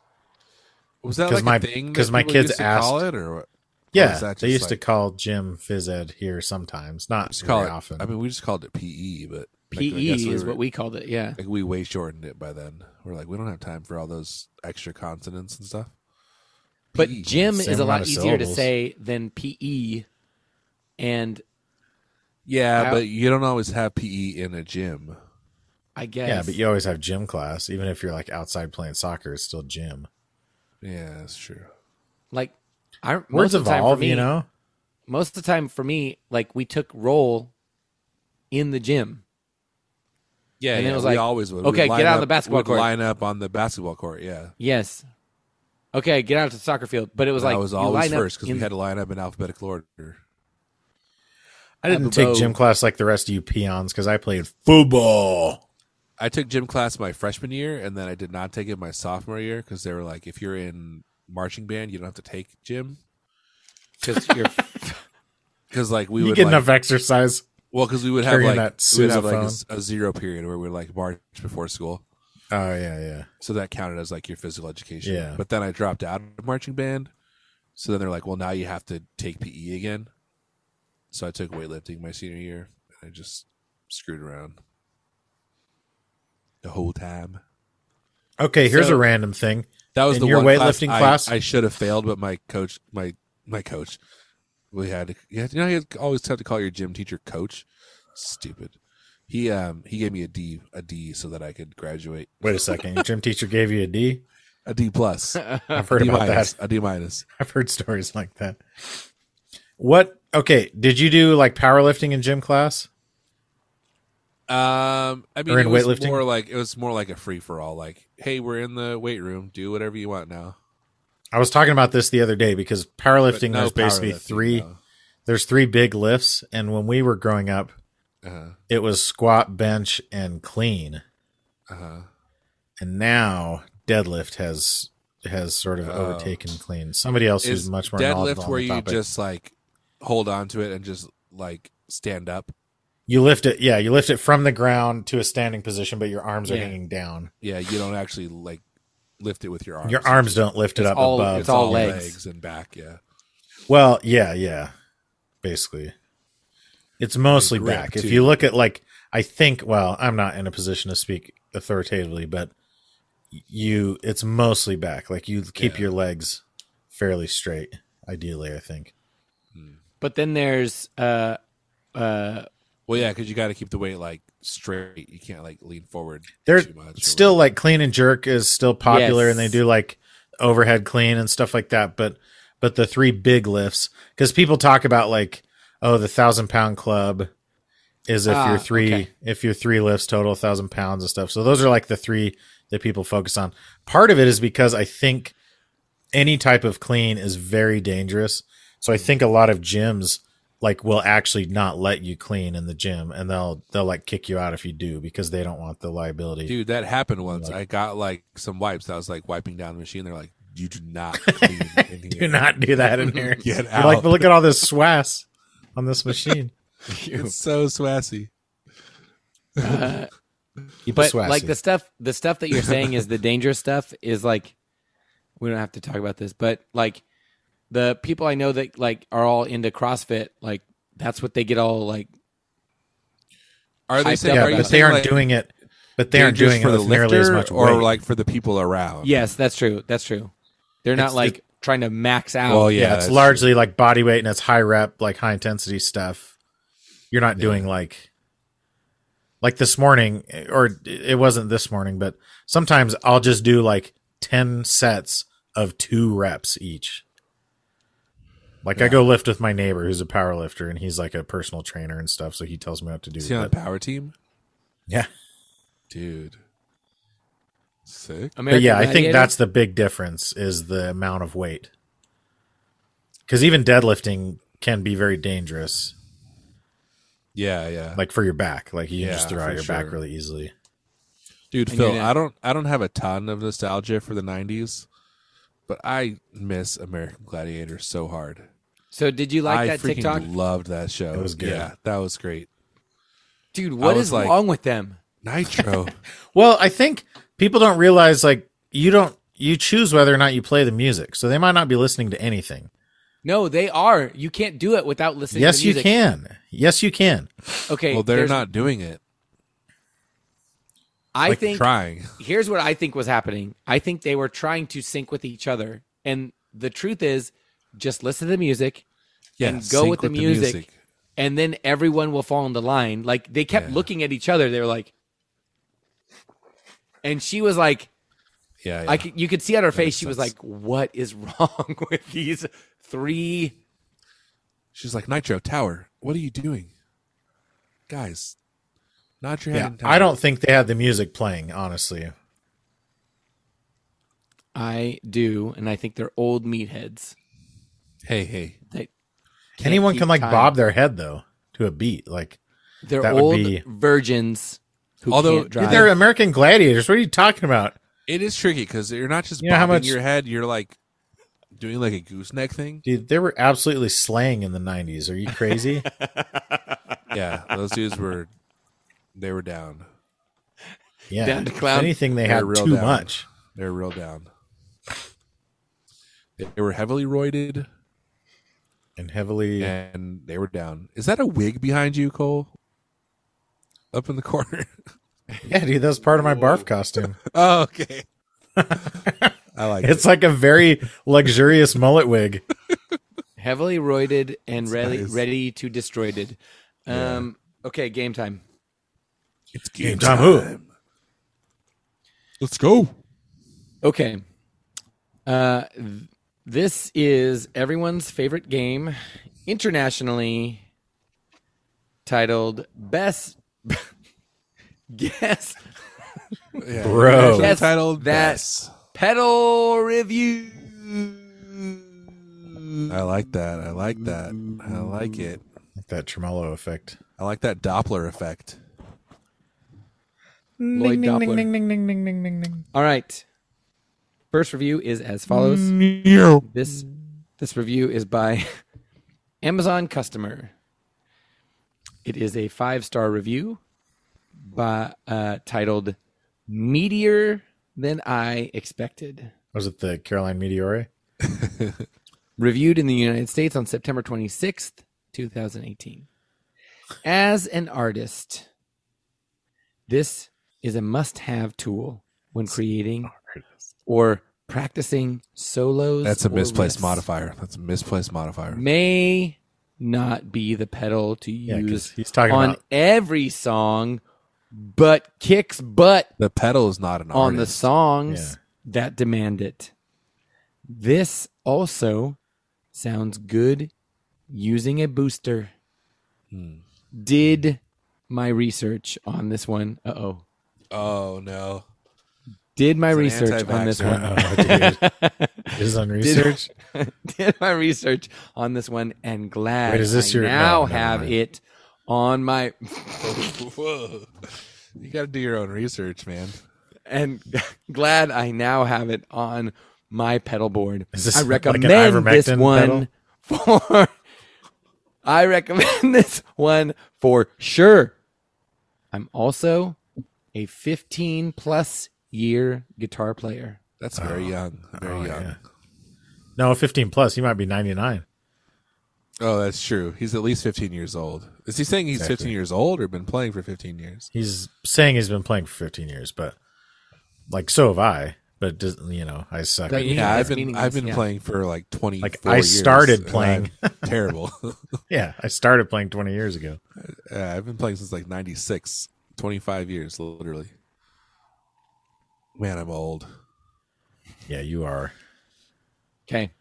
[SPEAKER 1] Was that
[SPEAKER 3] 'Cause
[SPEAKER 1] like
[SPEAKER 3] my-
[SPEAKER 1] a thing?
[SPEAKER 3] 'cause
[SPEAKER 1] that
[SPEAKER 3] my
[SPEAKER 1] people
[SPEAKER 3] kids
[SPEAKER 1] used to call
[SPEAKER 3] asked-
[SPEAKER 1] it, or what?
[SPEAKER 3] Yeah,
[SPEAKER 1] is that
[SPEAKER 3] they
[SPEAKER 1] just
[SPEAKER 3] used to
[SPEAKER 1] like-
[SPEAKER 3] call gym phys ed here sometimes, not
[SPEAKER 1] Just call
[SPEAKER 3] very
[SPEAKER 1] it.
[SPEAKER 3] often. E
[SPEAKER 1] I mean, we just called it PE, but like, I
[SPEAKER 2] PE
[SPEAKER 1] guess
[SPEAKER 2] E is
[SPEAKER 1] were-
[SPEAKER 2] what we called it. Yeah.
[SPEAKER 1] like we way shortened it by then. We're like, we don't have time for all those extra consonants and stuff.
[SPEAKER 2] But
[SPEAKER 1] PE.
[SPEAKER 2] gym
[SPEAKER 3] Same
[SPEAKER 2] is a
[SPEAKER 3] amount
[SPEAKER 2] lot
[SPEAKER 3] of
[SPEAKER 2] easier to
[SPEAKER 3] syllables.
[SPEAKER 2] say than PE. And
[SPEAKER 1] Yeah,
[SPEAKER 2] How-
[SPEAKER 1] but you don't always have PE in a gym.
[SPEAKER 2] I guess.
[SPEAKER 3] yeah, but you always have gym class, even if you're like outside playing soccer, it's still gym.
[SPEAKER 1] Yeah, that's true.
[SPEAKER 2] Like, I, most
[SPEAKER 3] Words
[SPEAKER 2] of the time for
[SPEAKER 3] evolve,
[SPEAKER 2] me,
[SPEAKER 3] you know.
[SPEAKER 2] Most of the time for me, like, we took roll in the gym.
[SPEAKER 1] Yeah,
[SPEAKER 2] And
[SPEAKER 1] yeah,
[SPEAKER 2] it was
[SPEAKER 1] we
[SPEAKER 2] like,
[SPEAKER 1] always would.
[SPEAKER 2] okay,
[SPEAKER 1] We'd
[SPEAKER 2] get
[SPEAKER 1] line
[SPEAKER 2] out on the
[SPEAKER 1] up-
[SPEAKER 2] basketball
[SPEAKER 1] we'd
[SPEAKER 2] court.
[SPEAKER 1] Line up on the basketball court. Yeah,
[SPEAKER 2] Yes. Okay, get out to the soccer field. But it was
[SPEAKER 1] And
[SPEAKER 2] like,
[SPEAKER 1] I was
[SPEAKER 2] you
[SPEAKER 1] always
[SPEAKER 2] line up
[SPEAKER 1] first because we
[SPEAKER 2] in-
[SPEAKER 1] had to line up in alphabetical order.
[SPEAKER 3] I didn't
[SPEAKER 2] Abu
[SPEAKER 3] take
[SPEAKER 2] Bo-
[SPEAKER 3] gym class like the rest of you peons because I played football.
[SPEAKER 1] I took gym class my freshman year, and then I did not take it my sophomore year because they were like, if you're in marching band, you don't have to take gym
[SPEAKER 2] 'cause you're
[SPEAKER 1] because like we
[SPEAKER 3] you
[SPEAKER 1] would
[SPEAKER 3] get
[SPEAKER 1] like,
[SPEAKER 3] enough exercise.
[SPEAKER 1] well because we would have
[SPEAKER 3] carrying
[SPEAKER 1] like
[SPEAKER 3] that
[SPEAKER 1] we would have like a,
[SPEAKER 3] pseudophone.
[SPEAKER 1] s- a zero period where we like march before school,
[SPEAKER 3] Oh yeah, yeah.
[SPEAKER 1] so that counted as like your physical education.
[SPEAKER 3] Yeah.
[SPEAKER 1] But then I dropped out of marching band, so then they're like, well, now you have to take PE again. So I took weightlifting my senior year, and I just screwed around the whole time.
[SPEAKER 3] Okay, here's
[SPEAKER 2] So-
[SPEAKER 3] a random thing.
[SPEAKER 1] That was
[SPEAKER 3] In
[SPEAKER 1] the
[SPEAKER 3] your
[SPEAKER 1] one
[SPEAKER 3] weightlifting
[SPEAKER 1] I-
[SPEAKER 3] class?
[SPEAKER 1] I, should have failed, but my coach, my my coach, we had to. You, had, you know, you always have to call your gym teacher coach. Stupid. He um he gave me a D a D so that I could graduate
[SPEAKER 3] Wait a second. Your gym teacher gave you a D.
[SPEAKER 1] a D plus a
[SPEAKER 3] I've heard
[SPEAKER 1] D
[SPEAKER 3] about that.
[SPEAKER 1] minus a D minus.
[SPEAKER 3] I've heard stories like that. What? Okay, did you do like powerlifting in gym class?
[SPEAKER 1] Um, I mean,
[SPEAKER 3] Or in
[SPEAKER 1] it was
[SPEAKER 3] weightlifting?
[SPEAKER 1] more like it was more like a free for all. Like, hey, we're in the weight room. Do whatever you want now.
[SPEAKER 3] I was talking about this the other day because
[SPEAKER 1] But
[SPEAKER 3] powerlifting
[SPEAKER 1] no
[SPEAKER 3] there's basically
[SPEAKER 1] powerlifting,
[SPEAKER 3] three
[SPEAKER 1] though.
[SPEAKER 3] there's three big lifts and when we were growing up
[SPEAKER 1] Uh-huh.
[SPEAKER 3] it was squat, bench and clean.
[SPEAKER 1] Uh-huh.
[SPEAKER 3] And now deadlift has has sort of
[SPEAKER 1] Oh.
[SPEAKER 3] overtaken clean. Somebody else
[SPEAKER 1] Is
[SPEAKER 3] who's much more knowledgeable
[SPEAKER 1] deadlift
[SPEAKER 3] on
[SPEAKER 1] where
[SPEAKER 3] the
[SPEAKER 1] you
[SPEAKER 3] topic.
[SPEAKER 1] just like hold on to it and just like stand up.
[SPEAKER 3] you lift it yeah, you lift it from the ground to a standing position but your arms are
[SPEAKER 2] Yeah.
[SPEAKER 3] hanging down.
[SPEAKER 1] Yeah, you don't actually like lift it with your arms.
[SPEAKER 3] Your arms don't lift it
[SPEAKER 2] It's
[SPEAKER 3] up
[SPEAKER 2] all-
[SPEAKER 3] above.
[SPEAKER 2] it's all legs.
[SPEAKER 1] and back. Yeah,
[SPEAKER 3] Well, yeah, yeah. Basically. It's mostly
[SPEAKER 1] grip,
[SPEAKER 3] back.
[SPEAKER 1] too.
[SPEAKER 3] If you look at like I think well, I'm not in a position to speak authoritatively, but you it's mostly back. Like you keep
[SPEAKER 1] Yeah.
[SPEAKER 3] your legs fairly straight ideally, I think.
[SPEAKER 2] but then there's, uh, uh,
[SPEAKER 1] well, yeah, because you got to keep the weight like straight. You can't like lean forward.
[SPEAKER 3] They're
[SPEAKER 1] too much or
[SPEAKER 3] still like clean and jerk is still popular and they
[SPEAKER 2] Yes.
[SPEAKER 3] do like overhead clean and stuff like that but but the three big lifts because people talk about like oh the thousand pound club is if
[SPEAKER 2] Ah,
[SPEAKER 3] your three
[SPEAKER 2] okay.
[SPEAKER 3] if your three lifts total a thousand pounds and stuff. So those are like the three that people focus on. Part of it is because I think any type of clean is very dangerous. So
[SPEAKER 2] Mm.
[SPEAKER 3] I think a lot of gyms like will actually not let you clean in the gym and they'll they'll like kick you out if you do because they don't want the liability.
[SPEAKER 1] Dude, that happened once.
[SPEAKER 3] Like-
[SPEAKER 1] I got like some wipes. I was like wiping down the machine. They're like, you do not clean in here.
[SPEAKER 3] Do not do that in here.
[SPEAKER 1] Get
[SPEAKER 3] You're like,
[SPEAKER 1] out.
[SPEAKER 3] but look at all this swass on this machine.
[SPEAKER 1] It's so swassy.
[SPEAKER 2] Uh,
[SPEAKER 3] Keep
[SPEAKER 2] but
[SPEAKER 3] it swassy.
[SPEAKER 2] like the stuff the stuff that you're saying is the dangerous stuff is like we don't have to talk about this but like the people i know that like are all into crossfit like that's what they get all like
[SPEAKER 1] Are they
[SPEAKER 2] Hyped
[SPEAKER 1] saying?
[SPEAKER 2] up
[SPEAKER 1] are
[SPEAKER 3] yeah,
[SPEAKER 1] you
[SPEAKER 3] but they
[SPEAKER 1] saying,
[SPEAKER 3] aren't
[SPEAKER 1] like,
[SPEAKER 3] doing it. But they aren't
[SPEAKER 1] dangerous
[SPEAKER 3] doing it
[SPEAKER 1] for the
[SPEAKER 3] with nearly
[SPEAKER 1] lifter
[SPEAKER 3] as much
[SPEAKER 1] or
[SPEAKER 3] weight.
[SPEAKER 1] like for the people around.
[SPEAKER 2] yes that's true that's true they're not
[SPEAKER 3] It's
[SPEAKER 2] like trying to max out
[SPEAKER 1] Well, yeah,
[SPEAKER 3] yeah, it's
[SPEAKER 1] that's
[SPEAKER 3] largely like body weight and it's high rep like high intensity stuff you're not doing like like this morning or it wasn't this morning but sometimes i'll just do like 10 sets of two reps each like i go lift with my neighbor who's a power lifter and he's like a personal trainer and stuff so he tells me what to do
[SPEAKER 1] Is he on the
[SPEAKER 3] but-
[SPEAKER 1] power team,
[SPEAKER 3] yeah
[SPEAKER 1] dude? Sick.
[SPEAKER 2] American
[SPEAKER 3] but yeah, I think
[SPEAKER 2] Gladiator?
[SPEAKER 3] that's the big difference is the amount of weight. Because even deadlifting can be very dangerous,
[SPEAKER 1] Yeah, yeah.
[SPEAKER 3] like for your back. Like you can just
[SPEAKER 1] Yeah,
[SPEAKER 3] throw out
[SPEAKER 1] for
[SPEAKER 3] your
[SPEAKER 1] sure.
[SPEAKER 3] back really easily.
[SPEAKER 1] Dude,
[SPEAKER 2] And
[SPEAKER 1] Phil,
[SPEAKER 2] you're not-
[SPEAKER 1] I don't I don't have a ton of nostalgia for the '90s, but I miss American Gladiator so hard.
[SPEAKER 2] so did you like
[SPEAKER 1] I
[SPEAKER 2] that
[SPEAKER 1] freaking
[SPEAKER 2] tiktok
[SPEAKER 1] loved that show.
[SPEAKER 3] It was good.
[SPEAKER 1] Yeah, that was great.
[SPEAKER 2] dude what
[SPEAKER 1] was
[SPEAKER 2] is
[SPEAKER 1] like-
[SPEAKER 2] wrong with them
[SPEAKER 1] Nitro.
[SPEAKER 3] Well, I think people don't realize like you don't you choose whether or not you play the music, so they might not be listening to anything.
[SPEAKER 2] no they are you can't do it without listening
[SPEAKER 3] yes,
[SPEAKER 2] to
[SPEAKER 3] you
[SPEAKER 2] music.
[SPEAKER 3] can. Yes, you can.
[SPEAKER 2] okay
[SPEAKER 1] well, they're
[SPEAKER 2] there's-
[SPEAKER 1] not doing it.
[SPEAKER 2] i
[SPEAKER 1] Like,
[SPEAKER 2] think
[SPEAKER 1] trying.
[SPEAKER 2] here's what I think was happening. I think they were trying to sync with each other. And the truth is, just listen to the music
[SPEAKER 1] Yeah,
[SPEAKER 2] and go
[SPEAKER 1] sync
[SPEAKER 2] with the music, and then everyone will fall into line. Like they kept
[SPEAKER 1] Yeah.
[SPEAKER 2] looking at each other. They were like, and she was like,
[SPEAKER 1] Yeah, yeah.
[SPEAKER 2] I could, you could see on her face,
[SPEAKER 1] makes
[SPEAKER 2] she was
[SPEAKER 1] sense.
[SPEAKER 2] like, what is wrong with these three?
[SPEAKER 1] She's like Nitro Tower. What are you doing, guys? Not your head.
[SPEAKER 3] Yeah,
[SPEAKER 1] in tower.
[SPEAKER 3] I don't think they had the music playing. Honestly,
[SPEAKER 2] I do. And I think they're old meatheads.
[SPEAKER 1] Hey, hey.
[SPEAKER 2] They can't
[SPEAKER 3] anyone
[SPEAKER 2] keep
[SPEAKER 3] can like
[SPEAKER 2] time.
[SPEAKER 3] bob their head though to a beat. Like
[SPEAKER 2] They're
[SPEAKER 3] that would
[SPEAKER 2] old
[SPEAKER 3] be-
[SPEAKER 2] virgins who
[SPEAKER 1] Although,
[SPEAKER 2] can't drive.
[SPEAKER 3] they're American gladiators. What are you talking about?
[SPEAKER 1] It is tricky because you're not just
[SPEAKER 3] You know how
[SPEAKER 1] bobbing
[SPEAKER 3] much-
[SPEAKER 1] your head. You're like doing like a gooseneck thing.
[SPEAKER 3] Dude, they were absolutely slaying in the '90s. Are you crazy?
[SPEAKER 1] Yeah, those dudes were. They were down.
[SPEAKER 3] Yeah,
[SPEAKER 2] Down to clown.
[SPEAKER 3] anything they
[SPEAKER 1] They're
[SPEAKER 3] had
[SPEAKER 1] real
[SPEAKER 3] too
[SPEAKER 1] down.
[SPEAKER 3] much.
[SPEAKER 1] They were real down. They they were heavily roided
[SPEAKER 3] and heavily.
[SPEAKER 1] and they were down. Is that a wig behind you, Cole? Up in the corner.
[SPEAKER 3] Yeah, dude, that was part of my barf costume.
[SPEAKER 1] Oh, okay. I like
[SPEAKER 3] It's like a very luxurious mullet wig.
[SPEAKER 2] heavily roided and ready,
[SPEAKER 1] nice.
[SPEAKER 2] ready to destroyed. Um, Okay, game time.
[SPEAKER 1] it. It's
[SPEAKER 3] Game time, who?
[SPEAKER 1] Let's go.
[SPEAKER 2] Okay, uh, th- this is everyone's favorite game internationally, titled "Best Guess
[SPEAKER 1] Yeah.
[SPEAKER 3] Bro.
[SPEAKER 1] That's titled
[SPEAKER 2] That's- Pedal Review."
[SPEAKER 1] Best. I like that. I like that. I like it.
[SPEAKER 3] Like that tremolo effect.
[SPEAKER 1] I like that Doppler effect.
[SPEAKER 2] Lloyd Doppler.
[SPEAKER 3] ding, ding, ding, ding, ding, ding.
[SPEAKER 2] All right. First review is as follows. This this review is by Amazon customer. It is a five star review by uh, titled "Meteor Than I Expected."
[SPEAKER 3] Was it the Caroline Meteore?
[SPEAKER 2] Reviewed in the United States on September twenty sixth, two thousand eighteen. As an artist, this is a must have tool when creating or practicing solos.
[SPEAKER 1] That's a
[SPEAKER 2] or
[SPEAKER 1] misplaced
[SPEAKER 2] riffs.
[SPEAKER 1] modifier. That's a misplaced modifier.
[SPEAKER 2] May not be the pedal to
[SPEAKER 3] Yeah, 'cause
[SPEAKER 2] use
[SPEAKER 3] he's talking
[SPEAKER 2] on
[SPEAKER 3] about.
[SPEAKER 2] every song, but kicks butt
[SPEAKER 1] The pedal is not an
[SPEAKER 2] on the
[SPEAKER 1] artist.
[SPEAKER 2] songs
[SPEAKER 3] Yeah.
[SPEAKER 2] that demand it. This also
[SPEAKER 3] Hmm.
[SPEAKER 2] sounds good using a booster. Did my research on this one. Uh oh.
[SPEAKER 1] Oh no.
[SPEAKER 2] Did my
[SPEAKER 1] He's an
[SPEAKER 2] research on this one.
[SPEAKER 3] Uh-oh, dude. Is on research.
[SPEAKER 2] Did my research on this one and glad
[SPEAKER 3] Wait, is this
[SPEAKER 2] I
[SPEAKER 3] your-
[SPEAKER 2] now
[SPEAKER 3] no, never
[SPEAKER 2] have
[SPEAKER 3] mind.
[SPEAKER 2] it on my
[SPEAKER 1] Whoa. You got to do your own research, man.
[SPEAKER 2] and glad I now have it on my pedal board.
[SPEAKER 3] Is this
[SPEAKER 2] I
[SPEAKER 3] like an
[SPEAKER 2] recommend this
[SPEAKER 3] ivermectin
[SPEAKER 2] one for. I recommend this one for sure. I'm also a 15 plus year guitar player.
[SPEAKER 1] That's very young. Very
[SPEAKER 3] Oh,
[SPEAKER 1] young.
[SPEAKER 3] yeah. No, 15 plus. He might be 99.
[SPEAKER 1] Oh, that's true. He's at least 15 years old. Is he saying he's
[SPEAKER 3] Exactly.
[SPEAKER 1] 15 years old or been playing for 15 years?
[SPEAKER 3] He's saying he's been playing for 15 years, but like so have I. But it doesn't you know, I suck.
[SPEAKER 2] That-
[SPEAKER 3] at-
[SPEAKER 2] Yeah,
[SPEAKER 1] Yeah, I've
[SPEAKER 2] that's
[SPEAKER 1] been
[SPEAKER 2] meaningless,
[SPEAKER 1] I've been
[SPEAKER 2] yeah.
[SPEAKER 1] playing for like 20
[SPEAKER 3] Like, I started playing.
[SPEAKER 1] terrible. uh,
[SPEAKER 3] yeah, I started playing 20 years ago.
[SPEAKER 1] I've been playing since like 96, 25 years literally. Man, I'm old.
[SPEAKER 3] Yeah, you are.
[SPEAKER 2] Okay.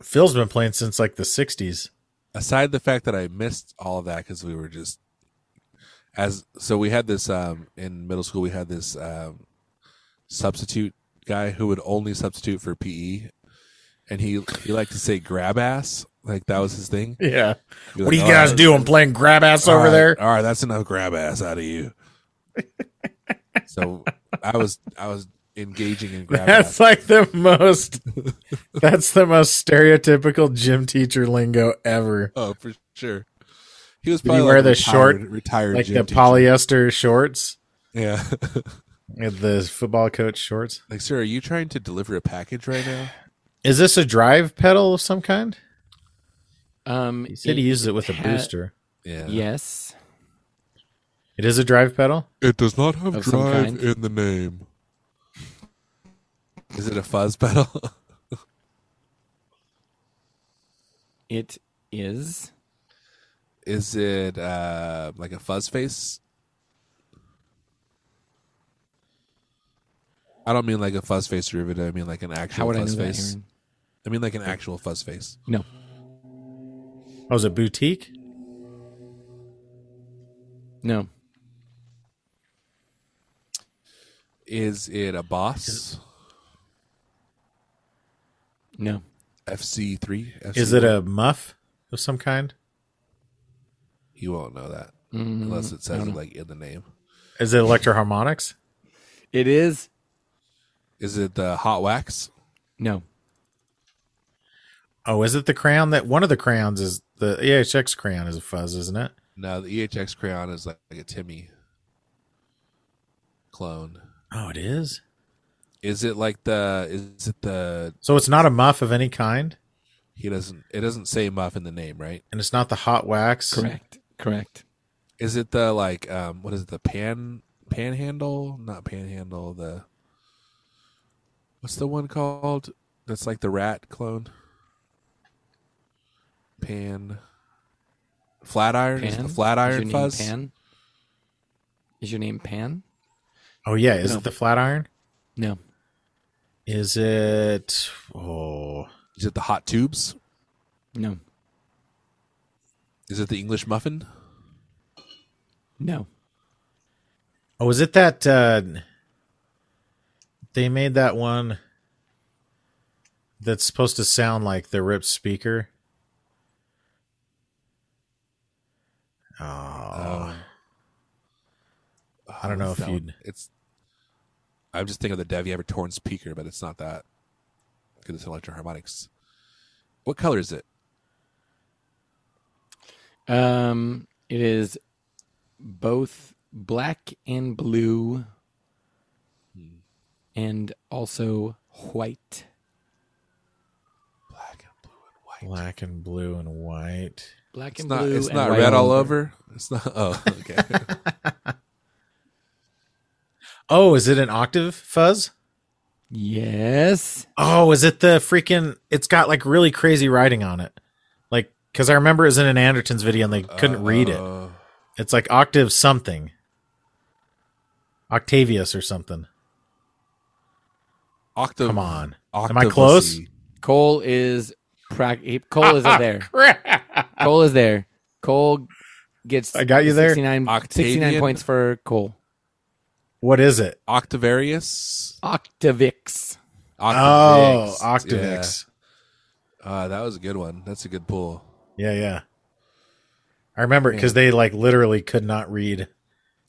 [SPEAKER 3] Phil's been playing since like the 60s.
[SPEAKER 1] aside the fact that I missed all of that because we were just as so we had this um, in middle school we had this um, substitute guy who would only substitute for PE, and he he liked to say grab ass like that was his thing.
[SPEAKER 3] Yeah.
[SPEAKER 1] He'd be
[SPEAKER 3] What do
[SPEAKER 1] like,
[SPEAKER 3] you guys
[SPEAKER 1] "All right,
[SPEAKER 3] do? I'm playing grab ass
[SPEAKER 1] all
[SPEAKER 3] over
[SPEAKER 1] right,
[SPEAKER 3] there.
[SPEAKER 1] All right, that's enough grab ass out of you. so I was I was engaging in grab ass.
[SPEAKER 3] That's like the most. that's the most stereotypical gym teacher lingo ever.
[SPEAKER 1] oh, for sure. He was
[SPEAKER 3] Did he
[SPEAKER 1] probably like
[SPEAKER 3] wear
[SPEAKER 1] a
[SPEAKER 3] the short,
[SPEAKER 1] retired, retired
[SPEAKER 3] Like
[SPEAKER 1] gym
[SPEAKER 3] the
[SPEAKER 1] teacher.
[SPEAKER 3] polyester shorts,
[SPEAKER 1] Yeah.
[SPEAKER 3] and the football coach shorts.
[SPEAKER 1] Like, sir, are you trying to deliver a package right now?
[SPEAKER 3] Is this a drive pedal of some kind?
[SPEAKER 2] Um,
[SPEAKER 3] He said he uses it with a
[SPEAKER 2] ha-
[SPEAKER 3] booster.
[SPEAKER 1] Yeah.
[SPEAKER 2] Yes.
[SPEAKER 3] It is a drive pedal.
[SPEAKER 1] It does not have
[SPEAKER 2] Of some drive kind.
[SPEAKER 1] in the name. Is it a fuzz pedal?
[SPEAKER 2] It is.
[SPEAKER 1] Is it uh, like a fuzz face? I don't mean like a fuzz face derivative. I mean like an actual
[SPEAKER 2] How would I know
[SPEAKER 1] fuzz
[SPEAKER 2] that,
[SPEAKER 1] face.
[SPEAKER 2] Aaron?
[SPEAKER 1] I mean like an actual fuzz face.
[SPEAKER 2] No.
[SPEAKER 3] Oh, is it boutique?
[SPEAKER 2] No.
[SPEAKER 1] Is it a boss?
[SPEAKER 2] No.
[SPEAKER 1] FC3?
[SPEAKER 3] Is it a muff of some kind?
[SPEAKER 1] You won't know that
[SPEAKER 2] Mm-hmm.
[SPEAKER 1] unless it says it like in the name.
[SPEAKER 3] Is it electroharmonics?
[SPEAKER 2] It is.
[SPEAKER 1] Is it the hot wax?
[SPEAKER 2] No.
[SPEAKER 3] Oh, is it the crown that one of the crowns is the EHX crown is a fuzz, isn't it?
[SPEAKER 1] No, the EHX crayon is like, like a Timmy clone.
[SPEAKER 3] Oh, it is.
[SPEAKER 1] Is it like the? Is it the?
[SPEAKER 3] So it's not a muff of any kind,
[SPEAKER 1] He doesn't. It doesn't say muff in the name, right?
[SPEAKER 3] and it's not the hot wax.
[SPEAKER 2] Correct. Correct.
[SPEAKER 1] Is it the like? Um, what is it? The pan panhandle? Not panhandle. The what's the one called? That's like the rat clone. Pan. Flat iron. Is it
[SPEAKER 2] Pan?
[SPEAKER 1] the flat iron
[SPEAKER 2] is your
[SPEAKER 1] fuzz?
[SPEAKER 2] Name Pan? Is your name Pan?
[SPEAKER 3] Oh yeah, is
[SPEAKER 2] No.
[SPEAKER 3] it the flat iron?
[SPEAKER 2] No.
[SPEAKER 3] Is it? Oh,
[SPEAKER 1] Is it the hot tubes?
[SPEAKER 2] No.
[SPEAKER 1] Is it the English muffin?
[SPEAKER 2] No.
[SPEAKER 3] oh, is it that? Uh, they made that one that's supposed to sound like the ripped speaker. Oh,
[SPEAKER 1] Um,
[SPEAKER 3] I don't know if
[SPEAKER 1] that
[SPEAKER 3] you'd-
[SPEAKER 1] one? It's. I'm just thinking of the Dev Ever Torn speaker, but it's not that. Because it's electro harmonics. What color is it?
[SPEAKER 2] Um, it is both black and blue, and also white.
[SPEAKER 1] Black and blue and white.
[SPEAKER 3] black and blue and white.
[SPEAKER 2] Black
[SPEAKER 1] It's
[SPEAKER 2] and
[SPEAKER 1] not.
[SPEAKER 2] blue.
[SPEAKER 1] It's
[SPEAKER 2] and
[SPEAKER 1] not
[SPEAKER 2] white
[SPEAKER 1] red all over. It's not. Oh, okay.
[SPEAKER 3] Oh, is it an octave fuzz?
[SPEAKER 2] Yes.
[SPEAKER 3] Oh, is it the freaking? It's got like really crazy writing on it, like because I remember it was in an Anderton's video and they couldn't read
[SPEAKER 2] Oh.
[SPEAKER 3] it.
[SPEAKER 1] Uh,
[SPEAKER 3] It's like octave something, Octavius or something.
[SPEAKER 1] octave.
[SPEAKER 3] Come on,
[SPEAKER 1] Octave
[SPEAKER 3] am I close?
[SPEAKER 2] Cole is prac- he- Cole is there.
[SPEAKER 3] Crap.
[SPEAKER 2] Cole is there. Cole gets
[SPEAKER 3] I got you there.
[SPEAKER 2] 69, 69
[SPEAKER 1] Octavian.
[SPEAKER 2] points for Cole.
[SPEAKER 3] What is it?
[SPEAKER 1] Octavarius.
[SPEAKER 2] Octavix.
[SPEAKER 3] Oh,
[SPEAKER 1] Octavix.
[SPEAKER 3] Octavix.
[SPEAKER 1] Yeah. Uh, that was a good one. That's a good pull.
[SPEAKER 3] Yeah, yeah. I remember because they like literally could not read.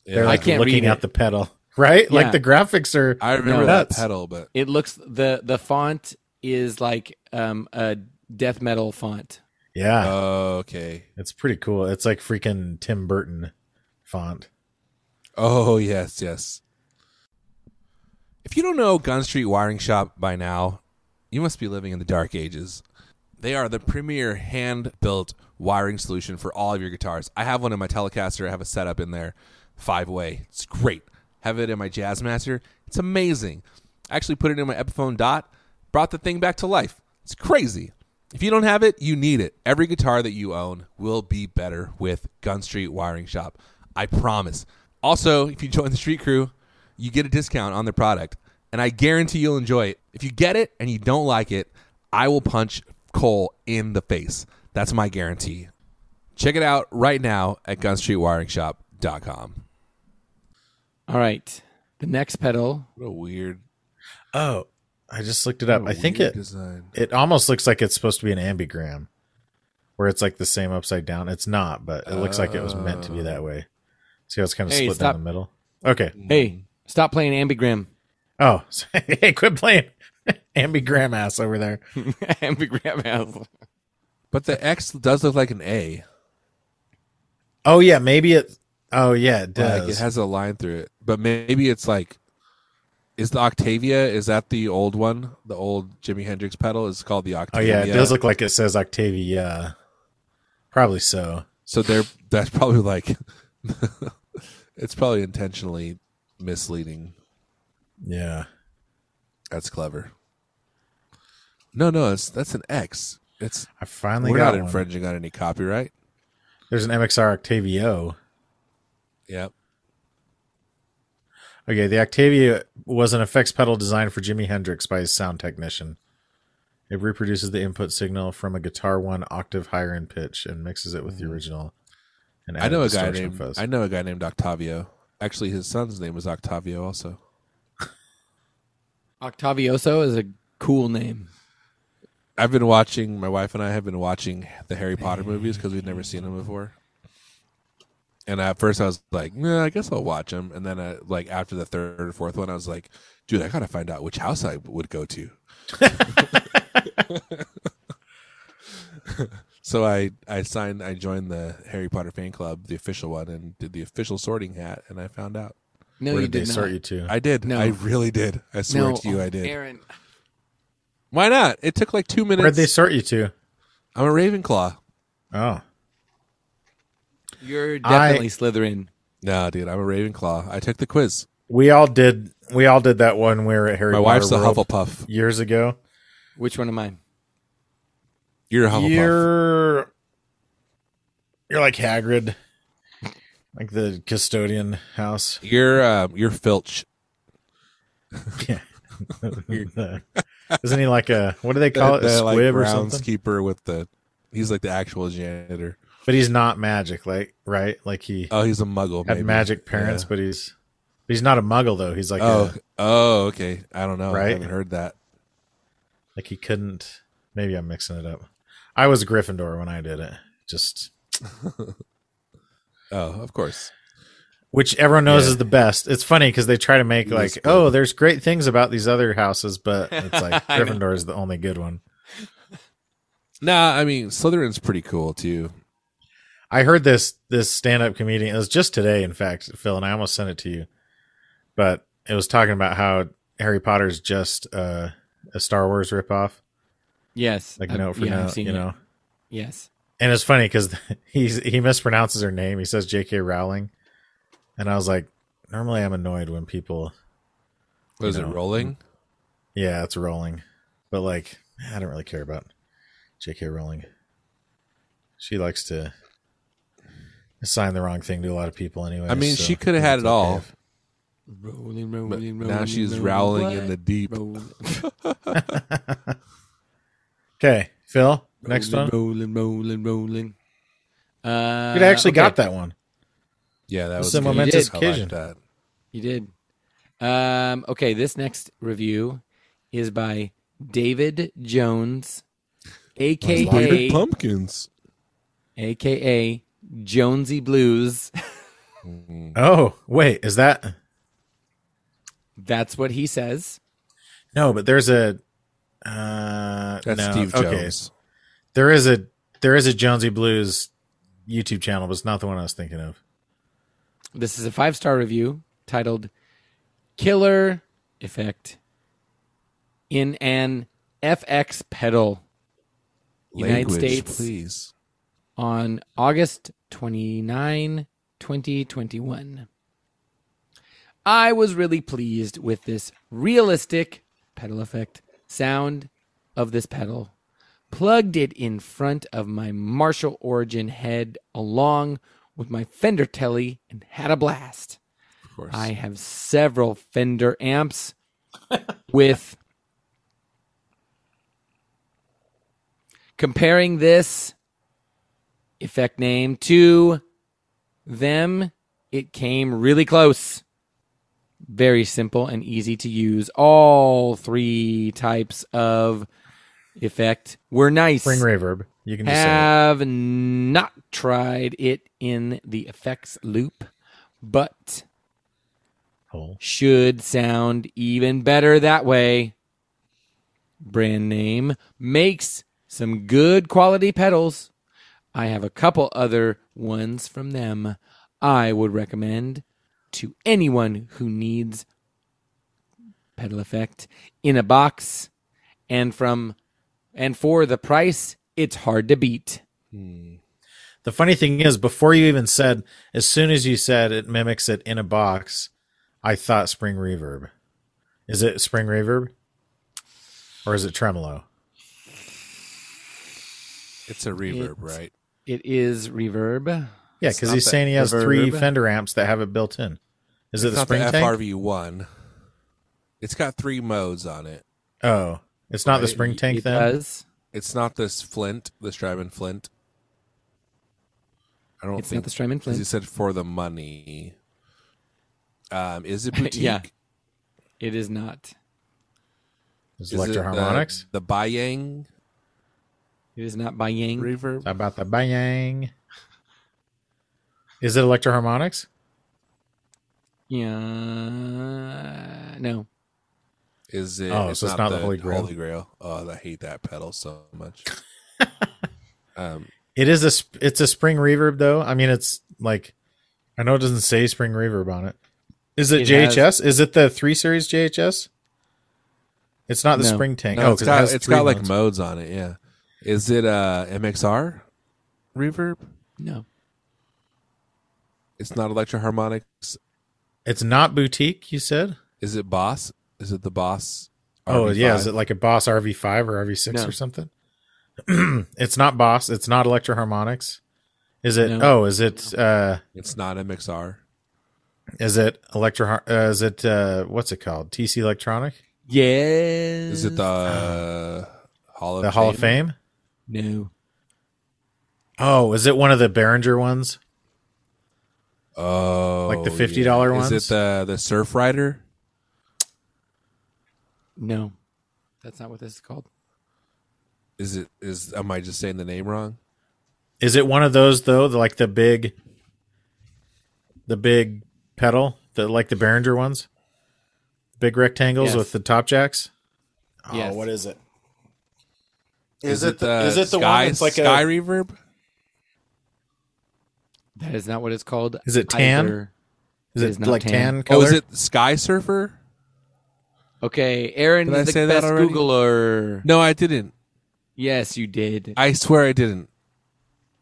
[SPEAKER 1] Yeah.
[SPEAKER 3] They're like
[SPEAKER 2] I can't
[SPEAKER 3] looking
[SPEAKER 2] read
[SPEAKER 3] at
[SPEAKER 2] it.
[SPEAKER 3] the pedal, right?
[SPEAKER 2] Yeah.
[SPEAKER 3] Like the graphics are.
[SPEAKER 1] I remember
[SPEAKER 2] No,
[SPEAKER 1] that
[SPEAKER 3] that's-
[SPEAKER 1] pedal, but
[SPEAKER 2] It looks the the font is like um a death metal font.
[SPEAKER 3] yeah,
[SPEAKER 1] uh, okay.
[SPEAKER 3] it's pretty cool. It's like freaking Tim Burton font.
[SPEAKER 1] Oh, yes, yes. If you don't know Gun Street Wiring Shop by now, you must be living in the dark ages. They are the premier hand built wiring solution for all of your guitars. I have one in my Telecaster, I have a setup in there, five way. It's great. Have it in my Jazzmaster, it's amazing. I actually put it in my Epiphone Dot, brought the thing back to life. It's crazy. If you don't have it, you need it. Every guitar that you own will be better with Gun Street Wiring Shop. I promise. Also, if you join the street crew, you get a discount on their product, and I guarantee you'll enjoy it. If you get it and you don't like it, I will punch Cole in the face. That's my guarantee. Check it out right now at gunstreetwiringshop.com.
[SPEAKER 2] All right. The next pedal.
[SPEAKER 1] What a weird,
[SPEAKER 3] Oh, I just looked it up. I think
[SPEAKER 1] weird
[SPEAKER 3] it
[SPEAKER 1] design.
[SPEAKER 3] it almost looks like it's supposed to be an ambigram, where it's like the same upside down. It's not, but it looks like it was meant to be that way. See how it's kind of
[SPEAKER 2] Hey,
[SPEAKER 3] split
[SPEAKER 2] stop.
[SPEAKER 3] down the middle. Okay.
[SPEAKER 2] Hey, stop playing ambigram.
[SPEAKER 3] Oh, hey, quit playing ambigram ass over there.
[SPEAKER 2] ambigram house.
[SPEAKER 1] But the X does look like an A.
[SPEAKER 3] Oh yeah, maybe it. Oh yeah, it does.
[SPEAKER 1] Like it has a line through it. But maybe it's like is the Octavia, is that the old one? The old Jimi Hendrix pedal is called the
[SPEAKER 3] oh
[SPEAKER 1] Octavia.
[SPEAKER 3] yeah, it does look like it says Octavia. Probably so.
[SPEAKER 1] So they're that's probably like it's probably intentionally misleading.
[SPEAKER 3] Yeah.
[SPEAKER 1] That's clever. No, no, it's that's an X. It's
[SPEAKER 3] I finally
[SPEAKER 1] we're
[SPEAKER 3] got
[SPEAKER 1] not
[SPEAKER 3] one.
[SPEAKER 1] infringing on any copyright.
[SPEAKER 3] There's an MXR Octavio.
[SPEAKER 1] Yeah.
[SPEAKER 3] Okay, the Octavia was an effects pedal designed for Jimi Hendrix by his sound technician. It reproduces the input signal from a guitar one octave higher in pitch and mixes it with the original. And
[SPEAKER 1] Mm. I know a
[SPEAKER 3] added
[SPEAKER 1] guy
[SPEAKER 3] distortion
[SPEAKER 1] named
[SPEAKER 3] fuzz.
[SPEAKER 1] I know a guy named Octavio. Actually his son's name was Octavio also.
[SPEAKER 2] Octavioso is a cool name.
[SPEAKER 1] I've been watching. My wife and I have been watching the Harry Potter movies because we've never seen them before. And at first, I was like, "Nah, I guess I'll watch them." And then, uh, like after the third or fourth one, I was like, "Dude, I gotta find out which house I would go to." so I I signed I joined the Harry Potter fan club, the official one, and did the official sorting hat, and I found out
[SPEAKER 2] No,
[SPEAKER 3] Where
[SPEAKER 2] you
[SPEAKER 3] did they
[SPEAKER 2] did
[SPEAKER 3] sort
[SPEAKER 2] not.
[SPEAKER 3] you to?
[SPEAKER 1] I did.
[SPEAKER 2] No.
[SPEAKER 1] I really did. I swear
[SPEAKER 2] no,
[SPEAKER 1] to you, I did.
[SPEAKER 2] Aaron.
[SPEAKER 1] Why not? It took like two minutes.
[SPEAKER 3] Where'd they sort you to?
[SPEAKER 1] I'm a Ravenclaw.
[SPEAKER 3] Oh.
[SPEAKER 2] You're
[SPEAKER 3] I-
[SPEAKER 2] definitely Slytherin.
[SPEAKER 1] No, dude, I'm a Ravenclaw. I took the quiz.
[SPEAKER 3] We all did we all did that one where at Harry
[SPEAKER 1] My
[SPEAKER 3] Potter
[SPEAKER 1] wife's a
[SPEAKER 3] World
[SPEAKER 1] Hufflepuff.
[SPEAKER 3] years ago.
[SPEAKER 2] Which one am I?
[SPEAKER 1] You're a Hufflepuff.
[SPEAKER 3] You're you're like Hagrid, like the custodian house.
[SPEAKER 1] You're um, you're Filch.
[SPEAKER 3] Yeah. Isn't he like a what do they call it? A
[SPEAKER 1] The, like,
[SPEAKER 3] squib or something?
[SPEAKER 1] groundskeeper with the he's like the actual janitor.
[SPEAKER 3] But he's not magic, like right? Like he
[SPEAKER 1] Oh, he's a muggle.
[SPEAKER 3] had
[SPEAKER 1] maybe.
[SPEAKER 3] magic parents,
[SPEAKER 1] Yeah.
[SPEAKER 3] but he's but he's not a muggle though. He's like
[SPEAKER 1] Oh,
[SPEAKER 3] a,
[SPEAKER 1] oh, okay. I don't know. I
[SPEAKER 3] Right?
[SPEAKER 1] haven't heard that.
[SPEAKER 3] like he couldn't. Maybe I'm mixing it up. I was Gryffindor when I did it. Just
[SPEAKER 1] Oh, of course.
[SPEAKER 3] which everyone knows
[SPEAKER 1] Yeah.
[SPEAKER 3] is the best. It's funny because they try to make
[SPEAKER 1] It is
[SPEAKER 3] like,
[SPEAKER 1] good.
[SPEAKER 3] oh, there's great things about these other houses, but it's like
[SPEAKER 2] I know.
[SPEAKER 3] Gryffindor is the only good one.
[SPEAKER 1] Nah, I mean Slytherin's pretty cool too.
[SPEAKER 3] I heard this this stand up comedian. It was just today, in fact, Phil, and I almost sent it to you, but it was talking about how Harry Potter's just uh, a Star Wars ripoff,
[SPEAKER 2] Yes.
[SPEAKER 3] like
[SPEAKER 2] I've-
[SPEAKER 3] note for
[SPEAKER 2] yeah, I've
[SPEAKER 3] note,
[SPEAKER 2] seen
[SPEAKER 3] you
[SPEAKER 2] it.
[SPEAKER 3] know.
[SPEAKER 2] Yes.
[SPEAKER 3] And it's funny because he's he mispronounces her name. He says J.K. Rowling, and I was like, normally I'm annoyed when people,
[SPEAKER 1] What is
[SPEAKER 3] You
[SPEAKER 1] it
[SPEAKER 3] know.
[SPEAKER 1] rolling?
[SPEAKER 3] yeah, it's rolling, but like I don't really care about J.K. Rowling. She likes to assign the wrong thing to a lot of people, anyway.
[SPEAKER 1] I mean,
[SPEAKER 3] so
[SPEAKER 1] she could have had
[SPEAKER 3] it's
[SPEAKER 1] it all,
[SPEAKER 3] okay if-
[SPEAKER 2] Rolling,
[SPEAKER 1] but
[SPEAKER 2] rolling,
[SPEAKER 1] now she's rowling in the deep.
[SPEAKER 3] Okay, Phil, next one.
[SPEAKER 2] Rolling, rolling, rolling. Uh,
[SPEAKER 3] Dude, I actually
[SPEAKER 2] okay.
[SPEAKER 3] got that one.
[SPEAKER 1] Yeah, that
[SPEAKER 3] It's
[SPEAKER 1] was
[SPEAKER 3] a
[SPEAKER 1] good.
[SPEAKER 3] momentous
[SPEAKER 1] I liked
[SPEAKER 3] occasion.
[SPEAKER 1] that.
[SPEAKER 2] You did. Um, okay, this next review is by David Jones, aka
[SPEAKER 5] Spider pumpkins.
[SPEAKER 2] aka Jonesy Blues.
[SPEAKER 3] Oh, wait, is that
[SPEAKER 2] That's what he says.
[SPEAKER 3] no? But there's a uh,
[SPEAKER 1] That's
[SPEAKER 3] no.
[SPEAKER 1] Steve
[SPEAKER 3] Okay.
[SPEAKER 1] Jones.
[SPEAKER 3] There is a there is a Jonesy Blues YouTube channel, but it's not the one I was thinking of.
[SPEAKER 2] This is a five star review titled Killer Effect in an FX pedal United
[SPEAKER 1] Language,
[SPEAKER 2] States.
[SPEAKER 1] please.
[SPEAKER 2] on August 29, 2021. I was really pleased with this realistic pedal effect sound of this pedal. Plugged it in front of my Marshall Origin head along with my Fender Telly and had a blast.
[SPEAKER 1] Of course.
[SPEAKER 2] I have several Fender amps with comparing this effect name to them, it came really close. Very simple and easy to use. All three types of effect were nice
[SPEAKER 3] Spring Reverb. You can just say
[SPEAKER 2] have not tried it in the effects loop, but
[SPEAKER 3] it. Hole.
[SPEAKER 2] should sound even better that way. Brand name makes some good quality pedals. I have a couple other ones from them I would recommend to anyone who needs pedal effect in a box and from and for the price it's hard to beat.
[SPEAKER 3] The funny thing is, before you even said, as soon as you said it mimics it in a box, I thought Spring Reverb. Is it Spring Reverb, or is it Tremolo?
[SPEAKER 1] it's a reverb,
[SPEAKER 2] It's-
[SPEAKER 1] right?
[SPEAKER 2] It is reverb.
[SPEAKER 3] Yeah,
[SPEAKER 1] It's
[SPEAKER 3] because
[SPEAKER 1] not
[SPEAKER 3] he's
[SPEAKER 1] the
[SPEAKER 3] saying he has three
[SPEAKER 1] Reverb.
[SPEAKER 3] Fender amps that have it built in. Is it
[SPEAKER 1] It's
[SPEAKER 3] the
[SPEAKER 1] not
[SPEAKER 3] Spring
[SPEAKER 1] the
[SPEAKER 3] Tank?
[SPEAKER 1] FRV one. It's got three modes on it.
[SPEAKER 3] Oh, it's not the
[SPEAKER 1] Right,
[SPEAKER 3] Spring Tank
[SPEAKER 2] it
[SPEAKER 3] then.
[SPEAKER 2] does.
[SPEAKER 1] It's not this Flint, this Strymon Flint. I don't
[SPEAKER 2] It's
[SPEAKER 1] think
[SPEAKER 2] not the Strymon
[SPEAKER 1] because you
[SPEAKER 2] Flint.
[SPEAKER 1] said for the money. Um, is it boutique?
[SPEAKER 2] Yeah. It is not.
[SPEAKER 3] It's
[SPEAKER 1] Is it uh,
[SPEAKER 3] Electro Harmonics.
[SPEAKER 1] The, the Bayang
[SPEAKER 2] It is not by Yang.
[SPEAKER 1] reverb.
[SPEAKER 3] How about the bang? Is it Electro Harmonics?
[SPEAKER 2] Yeah. No.
[SPEAKER 1] Is it?
[SPEAKER 3] Oh, so it's not the Holy Grail.
[SPEAKER 1] Holy Grail. Oh, I hate that pedal so much. um,
[SPEAKER 3] It is a sp- it's a Spring Reverb though. I mean, it's like I know it doesn't say Spring Reverb on it. Is it,
[SPEAKER 2] It
[SPEAKER 3] JHS?
[SPEAKER 2] has-
[SPEAKER 3] is it the three series JHS? It's not the
[SPEAKER 2] No.
[SPEAKER 3] Spring Tank.
[SPEAKER 1] no,
[SPEAKER 3] oh,
[SPEAKER 1] it's
[SPEAKER 3] 'cause
[SPEAKER 1] got
[SPEAKER 3] has
[SPEAKER 1] it's
[SPEAKER 3] three
[SPEAKER 1] got like
[SPEAKER 3] modes.
[SPEAKER 1] modes on it. Yeah. Is it uh MXR reverb?
[SPEAKER 2] No.
[SPEAKER 1] It's not Electro Harmonics.
[SPEAKER 3] it's not boutique. You said.
[SPEAKER 1] Is it Boss? Is it the Boss?
[SPEAKER 3] Oh yeah,
[SPEAKER 1] RB5?
[SPEAKER 3] is it like a Boss RV five or RV six
[SPEAKER 2] No.
[SPEAKER 3] or something? it's not Boss. It's not Electro Harmonics. Is it?
[SPEAKER 2] No.
[SPEAKER 3] Oh, is it? uh
[SPEAKER 1] It's not MXR.
[SPEAKER 3] Is it Electro? Har- Uh, is it uh what's it called? TC Electronic,
[SPEAKER 2] Yes.
[SPEAKER 1] Is it the uh, Hall of
[SPEAKER 3] the Hall of Fame.
[SPEAKER 2] No.
[SPEAKER 3] Oh, is it one of the Behringer ones?
[SPEAKER 1] Oh,
[SPEAKER 3] Like the $50
[SPEAKER 1] yeah.
[SPEAKER 3] ones?
[SPEAKER 1] Is it the the Surf Rider?
[SPEAKER 2] No. That's not what this is called.
[SPEAKER 1] Is it is? Am I just saying the name wrong?
[SPEAKER 3] Is it one of those though? The, like the big, the big pedal, the like the Behringer ones, big rectangles
[SPEAKER 2] Yes.
[SPEAKER 3] with the top jacks. Oh,
[SPEAKER 2] Yes.
[SPEAKER 3] what is it?
[SPEAKER 1] Is, it the is it the sky, one that's like sky reverb?
[SPEAKER 2] That is not what it's called.
[SPEAKER 3] Is it tan?
[SPEAKER 2] either.
[SPEAKER 3] Is
[SPEAKER 2] It
[SPEAKER 3] it
[SPEAKER 2] is not
[SPEAKER 3] like
[SPEAKER 2] tan.
[SPEAKER 3] tan,
[SPEAKER 1] Oh,
[SPEAKER 3] color?
[SPEAKER 1] is it Sky Surfer?
[SPEAKER 2] Okay, Aaron
[SPEAKER 1] Did I
[SPEAKER 2] is the
[SPEAKER 1] say that
[SPEAKER 2] best
[SPEAKER 1] already?
[SPEAKER 2] Googler.
[SPEAKER 1] No, I didn't.
[SPEAKER 2] Yes, you did.
[SPEAKER 1] I swear I didn't.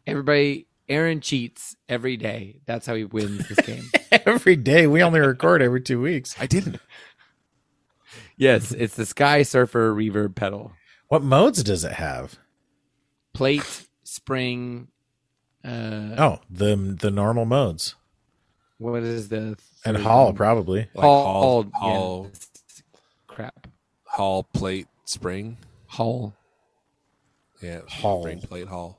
[SPEAKER 2] Everybody, Aaron cheats every day. That's how he wins this game.
[SPEAKER 3] every day? We only record every two weeks.
[SPEAKER 1] I didn't.
[SPEAKER 2] yes, it's the Sky Surfer reverb pedal.
[SPEAKER 3] What modes does it have?
[SPEAKER 2] Plate, spring, uh
[SPEAKER 3] Oh, the the normal modes
[SPEAKER 2] what is the
[SPEAKER 3] and
[SPEAKER 2] third
[SPEAKER 3] Hall
[SPEAKER 2] one?
[SPEAKER 3] probably.
[SPEAKER 1] Like
[SPEAKER 2] Hall,
[SPEAKER 1] Hall Hall,
[SPEAKER 2] yeah. crap.
[SPEAKER 1] Hall plate spring.
[SPEAKER 2] Hall.
[SPEAKER 1] Yeah,
[SPEAKER 3] Hall.
[SPEAKER 1] spring plate Hall.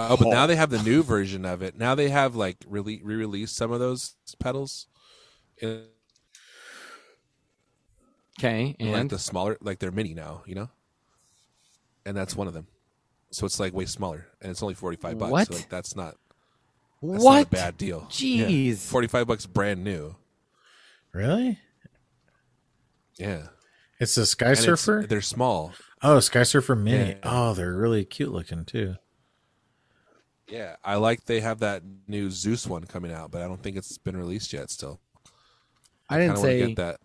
[SPEAKER 1] Oh, but now they have the new version of it. Now they have like really re-released some of those pedals in
[SPEAKER 2] Okay,
[SPEAKER 1] in,
[SPEAKER 2] and
[SPEAKER 1] like the smaller, like they're mini now, you know. And that's one of them. So it's like way smaller, and it's only forty five bucks.
[SPEAKER 2] What?
[SPEAKER 1] So like that's not that's not a
[SPEAKER 2] what?
[SPEAKER 1] bad deal.
[SPEAKER 2] Jeez.
[SPEAKER 1] forty five bucks brand new.
[SPEAKER 3] Really?
[SPEAKER 1] Yeah,
[SPEAKER 3] It's a Sky
[SPEAKER 1] And it's-
[SPEAKER 3] Surfer?
[SPEAKER 1] They're small.
[SPEAKER 3] Oh, Sky Surfer Mini.
[SPEAKER 1] Yeah.
[SPEAKER 3] Oh, they're really cute looking too.
[SPEAKER 1] Yeah, I like they have that new Zeus one coming out, but I don't think it's been released yet. Still,
[SPEAKER 2] I
[SPEAKER 1] kind of
[SPEAKER 2] didn't
[SPEAKER 1] want to
[SPEAKER 2] say
[SPEAKER 1] get that.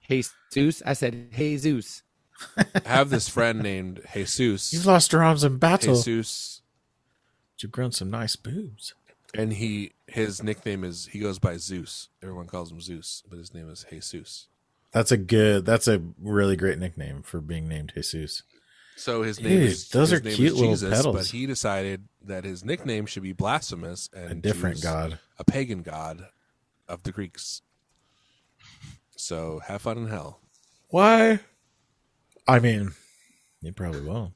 [SPEAKER 2] hey Zeus. I said hey Zeus.
[SPEAKER 1] I have this friend named Jesus.
[SPEAKER 3] You've lost your arms in battle.
[SPEAKER 1] Jesus,
[SPEAKER 3] But You've grown some nice boobs.
[SPEAKER 1] and he his nickname is he goes by Zeus. Everyone calls him Zeus, but his name is Jesus.
[SPEAKER 3] That's a good. That's a really great nickname for being named Jesus.
[SPEAKER 1] So his name
[SPEAKER 3] Dude,
[SPEAKER 1] is
[SPEAKER 3] those
[SPEAKER 1] his
[SPEAKER 3] are
[SPEAKER 1] name is
[SPEAKER 3] cute little
[SPEAKER 1] Jesus,
[SPEAKER 3] pedals.
[SPEAKER 1] But he decided that his nickname should be blasphemous and
[SPEAKER 3] a different
[SPEAKER 1] choose
[SPEAKER 3] god.
[SPEAKER 1] a pagan god of the Greeks. So have fun in hell.
[SPEAKER 3] Why? I mean, you probably will.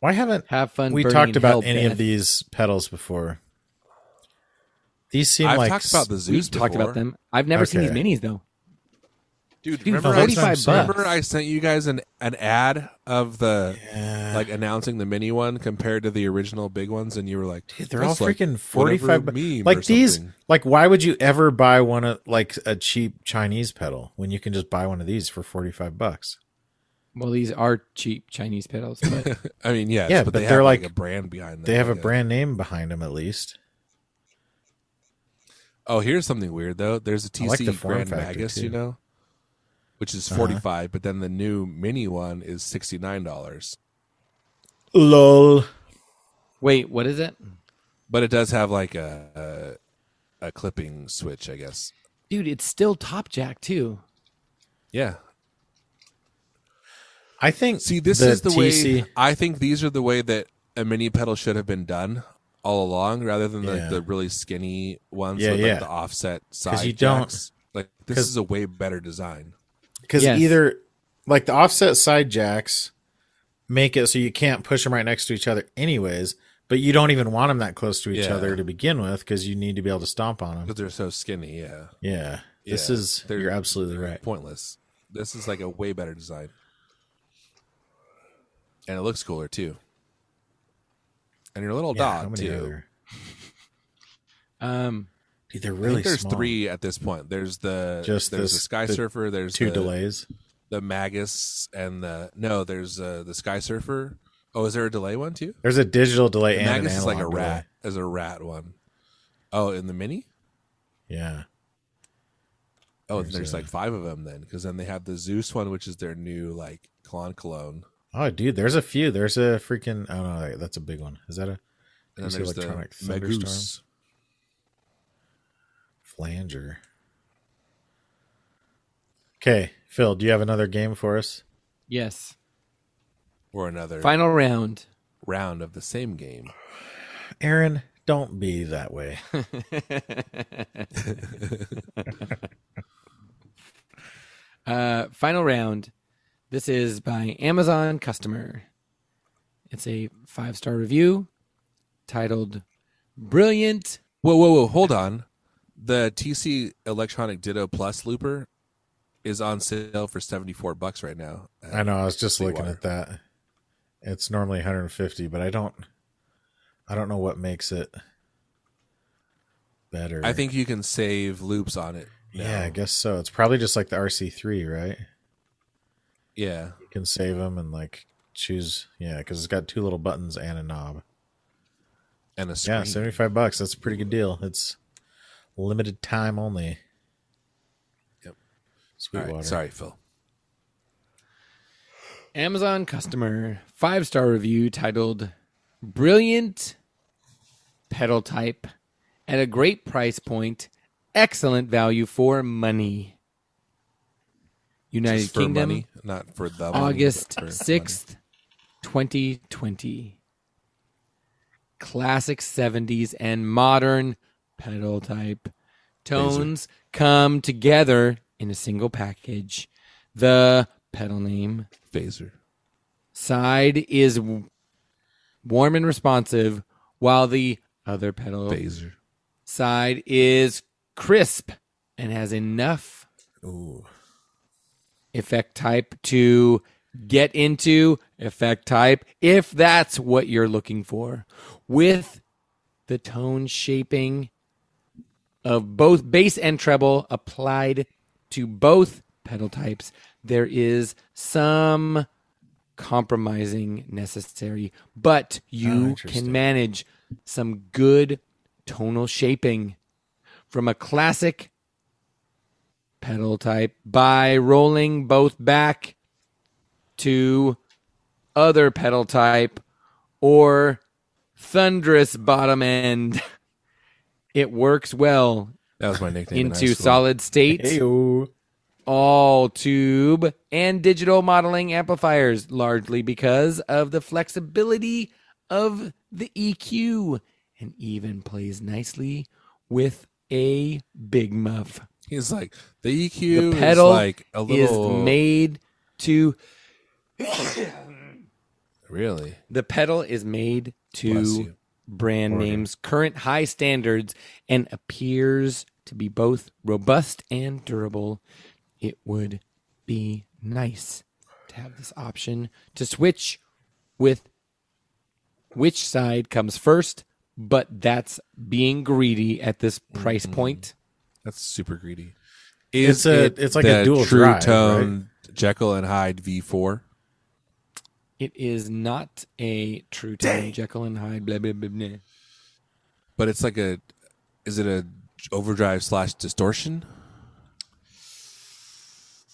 [SPEAKER 3] Why haven't
[SPEAKER 2] Have fun.
[SPEAKER 3] we
[SPEAKER 2] burning
[SPEAKER 3] talked
[SPEAKER 2] in
[SPEAKER 3] about
[SPEAKER 2] hell,
[SPEAKER 3] any
[SPEAKER 2] Beth.
[SPEAKER 3] of these pedals before? These seem
[SPEAKER 1] I've
[SPEAKER 3] like
[SPEAKER 1] talked about the
[SPEAKER 2] We've
[SPEAKER 1] Zeus.
[SPEAKER 2] talked about
[SPEAKER 1] before.
[SPEAKER 2] them. I've never seen
[SPEAKER 3] Okay.
[SPEAKER 2] these minis though.
[SPEAKER 1] dude.
[SPEAKER 2] Dude,
[SPEAKER 1] Remember, I,
[SPEAKER 3] that's what I'm
[SPEAKER 2] forty-five
[SPEAKER 3] saying.
[SPEAKER 2] bucks.
[SPEAKER 1] remember I sent you guys an an ad of the
[SPEAKER 3] Yeah.
[SPEAKER 1] like announcing the mini one compared to the original big ones, and you were like,
[SPEAKER 3] Dude, they're all
[SPEAKER 1] "That's like
[SPEAKER 3] freaking forty
[SPEAKER 1] whatever
[SPEAKER 3] five.
[SPEAKER 1] meme or
[SPEAKER 3] Like these,
[SPEAKER 1] something."
[SPEAKER 3] like why would you ever buy one of like a cheap Chinese pedal when you can just buy one of these for forty five bucks?
[SPEAKER 2] Well, these are cheap Chinese pedals, but
[SPEAKER 1] I mean, yes,
[SPEAKER 3] Yeah,
[SPEAKER 1] but,
[SPEAKER 3] but
[SPEAKER 1] they
[SPEAKER 3] they're
[SPEAKER 1] have like,
[SPEAKER 3] like-
[SPEAKER 1] a brand behind them.
[SPEAKER 3] They have a
[SPEAKER 1] Yeah.
[SPEAKER 3] brand name behind them at least.
[SPEAKER 1] Oh, here's something weird though. There's a
[SPEAKER 3] I
[SPEAKER 1] TC
[SPEAKER 3] like the form
[SPEAKER 1] Grand
[SPEAKER 3] factor,
[SPEAKER 1] Magus,
[SPEAKER 3] too.
[SPEAKER 1] you know, which is
[SPEAKER 3] Uh-huh.
[SPEAKER 1] 45, but then the new mini one is sixty nine dollars.
[SPEAKER 3] Lol.
[SPEAKER 2] wait, what is it,
[SPEAKER 1] But it does have like a, a a clipping switch, I guess.
[SPEAKER 2] dude? It's still Top Jack too.
[SPEAKER 1] Yeah,
[SPEAKER 3] I think.
[SPEAKER 1] See, this is the
[SPEAKER 3] TC
[SPEAKER 1] way I think these are the way that a mini pedal should have been done all along, rather than the,
[SPEAKER 3] Yeah.
[SPEAKER 1] the really skinny ones
[SPEAKER 3] Yeah,
[SPEAKER 1] with
[SPEAKER 3] yeah.
[SPEAKER 1] Like the offset side
[SPEAKER 3] you don't-
[SPEAKER 1] jacks. Like this
[SPEAKER 3] 'cause-
[SPEAKER 1] is a way better design.
[SPEAKER 3] because
[SPEAKER 2] Yes.
[SPEAKER 3] either like the offset side jacks make it so you can't push them right next to each other, anyways. But you don't even want them that close to each
[SPEAKER 1] Yeah.
[SPEAKER 3] other to begin with because you need to be able to stomp on them.
[SPEAKER 1] because they're so skinny. Yeah,
[SPEAKER 3] Yeah, this
[SPEAKER 1] Yeah.
[SPEAKER 3] is
[SPEAKER 1] They're-
[SPEAKER 3] you're absolutely right.
[SPEAKER 1] pointless. This is like a way better design, and it looks cooler too. And your little
[SPEAKER 3] Yeah, how
[SPEAKER 1] dog
[SPEAKER 3] many
[SPEAKER 1] too.
[SPEAKER 3] are there?
[SPEAKER 2] Um,
[SPEAKER 3] Dude, they're
[SPEAKER 1] I
[SPEAKER 3] really
[SPEAKER 1] think there's
[SPEAKER 3] small.
[SPEAKER 1] three at this point. There's the
[SPEAKER 3] Just
[SPEAKER 1] there's the
[SPEAKER 3] this-
[SPEAKER 1] Sky
[SPEAKER 3] the
[SPEAKER 1] Surfer. There's
[SPEAKER 3] two
[SPEAKER 1] the,
[SPEAKER 3] delays.
[SPEAKER 1] the Magus and the no, there's uh, the Sky Surfer. Oh, is there a delay one too?
[SPEAKER 3] There's a digital delay
[SPEAKER 1] The
[SPEAKER 3] and an
[SPEAKER 1] Magus is like a
[SPEAKER 3] analog
[SPEAKER 1] rat, is a rat one. Oh, in the mini.
[SPEAKER 3] delay. Yeah,
[SPEAKER 1] Oh,
[SPEAKER 3] There's
[SPEAKER 1] there's,
[SPEAKER 3] a-
[SPEAKER 1] like five of them then, because then they have the Zeus one, which is their new like clone cologne,
[SPEAKER 3] Oh, dude, there's a few. There's a freaking. Oh no, that's a big one. Is that a
[SPEAKER 1] and then
[SPEAKER 3] Is it
[SPEAKER 1] there's
[SPEAKER 3] electronic
[SPEAKER 1] the
[SPEAKER 3] thunderstorm?
[SPEAKER 1] Magus.
[SPEAKER 3] flanger? Okay, Phil, do you have another game for us?
[SPEAKER 2] yes.
[SPEAKER 1] or another
[SPEAKER 2] Final round.
[SPEAKER 1] round of the same game.
[SPEAKER 3] Aaron, don't be that way.
[SPEAKER 2] Uh, final round. This is by Amazon customer. It's a five star review titled "Brilliant."
[SPEAKER 1] Whoa, whoa, whoa! Hold on. The TC Electronic Ditto Plus Looper is on sale for seventy four bucks right now. at
[SPEAKER 3] I know. I was just
[SPEAKER 1] Sweetwater.
[SPEAKER 3] looking at that. It's normally 150, but I don't. I don't know what makes it better.
[SPEAKER 1] I think you can save loops on it. now.
[SPEAKER 3] Yeah, I guess so. It's probably just like the RC3, right?
[SPEAKER 1] yeah.
[SPEAKER 3] You can save them and like choose. Yeah, because it's got two little buttons and a knob.
[SPEAKER 1] And a screen.
[SPEAKER 3] Yeah, seventy five bucks. That's a pretty good deal. It's limited time only.
[SPEAKER 1] Yep. All
[SPEAKER 3] Sweetwater.
[SPEAKER 1] right. Sorry, Phil.
[SPEAKER 2] Amazon customer five star review titled Brilliant Pedal Type at a great price point, excellent value for money. United
[SPEAKER 1] Just for
[SPEAKER 2] Kingdom,
[SPEAKER 1] money, not for the money,
[SPEAKER 2] August
[SPEAKER 1] but for money.
[SPEAKER 2] 6th, 2020. Classic 70s and modern pedal type tones come together in a single package. The pedal name
[SPEAKER 1] Phaser.
[SPEAKER 2] side is warm and responsive, while the other pedal
[SPEAKER 1] Phaser.
[SPEAKER 2] side is crisp and has enough
[SPEAKER 3] Ooh.
[SPEAKER 2] effect type to get into effect type if that's what you're looking for with the tone shaping of both bass and treble applied to both pedal types there is some compromising necessary but you can
[SPEAKER 3] interesting.
[SPEAKER 2] manage some good tonal shaping from a classic pedal type by rolling both back to other pedal type or thunderous bottom end. It works well
[SPEAKER 1] That was my nickname. in high
[SPEAKER 2] into
[SPEAKER 1] school.
[SPEAKER 2] solid state,
[SPEAKER 3] Heyo.
[SPEAKER 2] all tube, and digital modeling amplifiers, largely because of the flexibility of the EQ, and even plays nicely with a big muff.
[SPEAKER 1] He's like the EQ
[SPEAKER 2] The pedal
[SPEAKER 1] is like a little
[SPEAKER 2] is made to
[SPEAKER 1] really.
[SPEAKER 2] the pedal is made
[SPEAKER 1] Bless you.
[SPEAKER 2] to brand names current high standards and appears to be both robust and durable it would be nice to have this option to switch with which side comes first but that's being greedy at this price
[SPEAKER 1] Mm.
[SPEAKER 2] point
[SPEAKER 1] That's super greedy.
[SPEAKER 3] It's
[SPEAKER 1] Is
[SPEAKER 3] a-
[SPEAKER 1] it
[SPEAKER 3] it's like a
[SPEAKER 1] the
[SPEAKER 3] dual
[SPEAKER 1] true
[SPEAKER 3] drive,
[SPEAKER 1] tone Jekyll and Hyde V4.
[SPEAKER 2] it is not a true tone jekyll and hyde blah blah blah, blah.
[SPEAKER 1] But it's like a is it a overdrive slash distortion?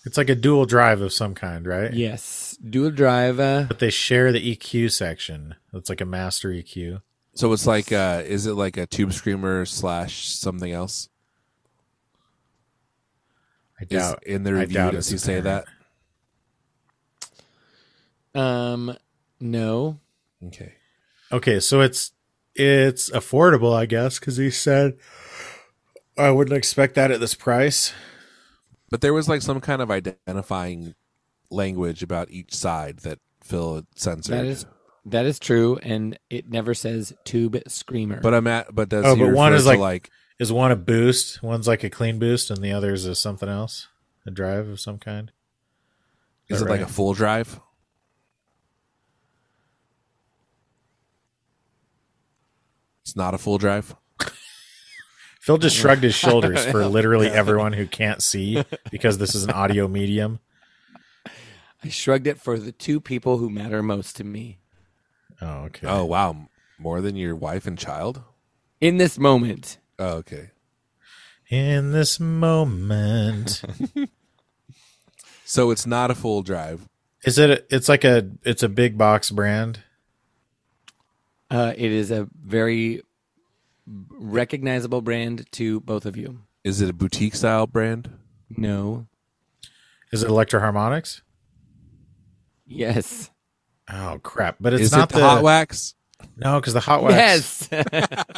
[SPEAKER 3] It's like a dual drive of some kind, right?
[SPEAKER 2] yes dual drive uh,
[SPEAKER 3] But they share the EQ section. It's like a master E EQ.
[SPEAKER 1] So it's like uh is it like a tube screamer slash something else?
[SPEAKER 3] I
[SPEAKER 1] Is
[SPEAKER 3] doubt.
[SPEAKER 1] in the
[SPEAKER 3] I
[SPEAKER 1] review
[SPEAKER 3] doubt
[SPEAKER 1] does
[SPEAKER 3] it's
[SPEAKER 1] he say that?
[SPEAKER 3] apparent.
[SPEAKER 2] um no
[SPEAKER 1] Okay.
[SPEAKER 3] Okay, so it's it's affordable, I guess, because he said I wouldn't expect that at this price.
[SPEAKER 1] But there was like some kind of identifying language about each side that Phil censored.
[SPEAKER 2] That is that is true, and it never says tube screamer.
[SPEAKER 1] but I'm at but does
[SPEAKER 3] Oh,
[SPEAKER 1] he
[SPEAKER 3] but one
[SPEAKER 1] refer
[SPEAKER 3] is
[SPEAKER 1] to
[SPEAKER 3] like-
[SPEAKER 1] like
[SPEAKER 3] Is one a boost? One's like a clean boost, and the other's is something else, a drive of some kind.
[SPEAKER 1] is it
[SPEAKER 3] that
[SPEAKER 1] like a
[SPEAKER 3] right?
[SPEAKER 1] full drive? It's not a full drive.
[SPEAKER 3] Phil just shrugged his shoulders for literally everyone who can't see because this is an audio medium.
[SPEAKER 2] I shrugged it for the two people who matter most to me
[SPEAKER 3] Oh, okay.
[SPEAKER 1] Oh wow, more than your wife and child.
[SPEAKER 2] in this moment.
[SPEAKER 1] Oh, okay.
[SPEAKER 3] In this moment,
[SPEAKER 1] So it's not a full drive.
[SPEAKER 3] is it? A, it's like a. It's a big box brand.
[SPEAKER 2] Uh, it is a very recognizable brand to both of you.
[SPEAKER 1] Is it a boutique style brand?
[SPEAKER 2] No.
[SPEAKER 3] Is it Electro Harmonics?
[SPEAKER 2] Yes.
[SPEAKER 3] Oh crap! But it's
[SPEAKER 1] is
[SPEAKER 3] not
[SPEAKER 1] it
[SPEAKER 3] the
[SPEAKER 1] hot wax?
[SPEAKER 3] no, because the hot wax.
[SPEAKER 2] Yes.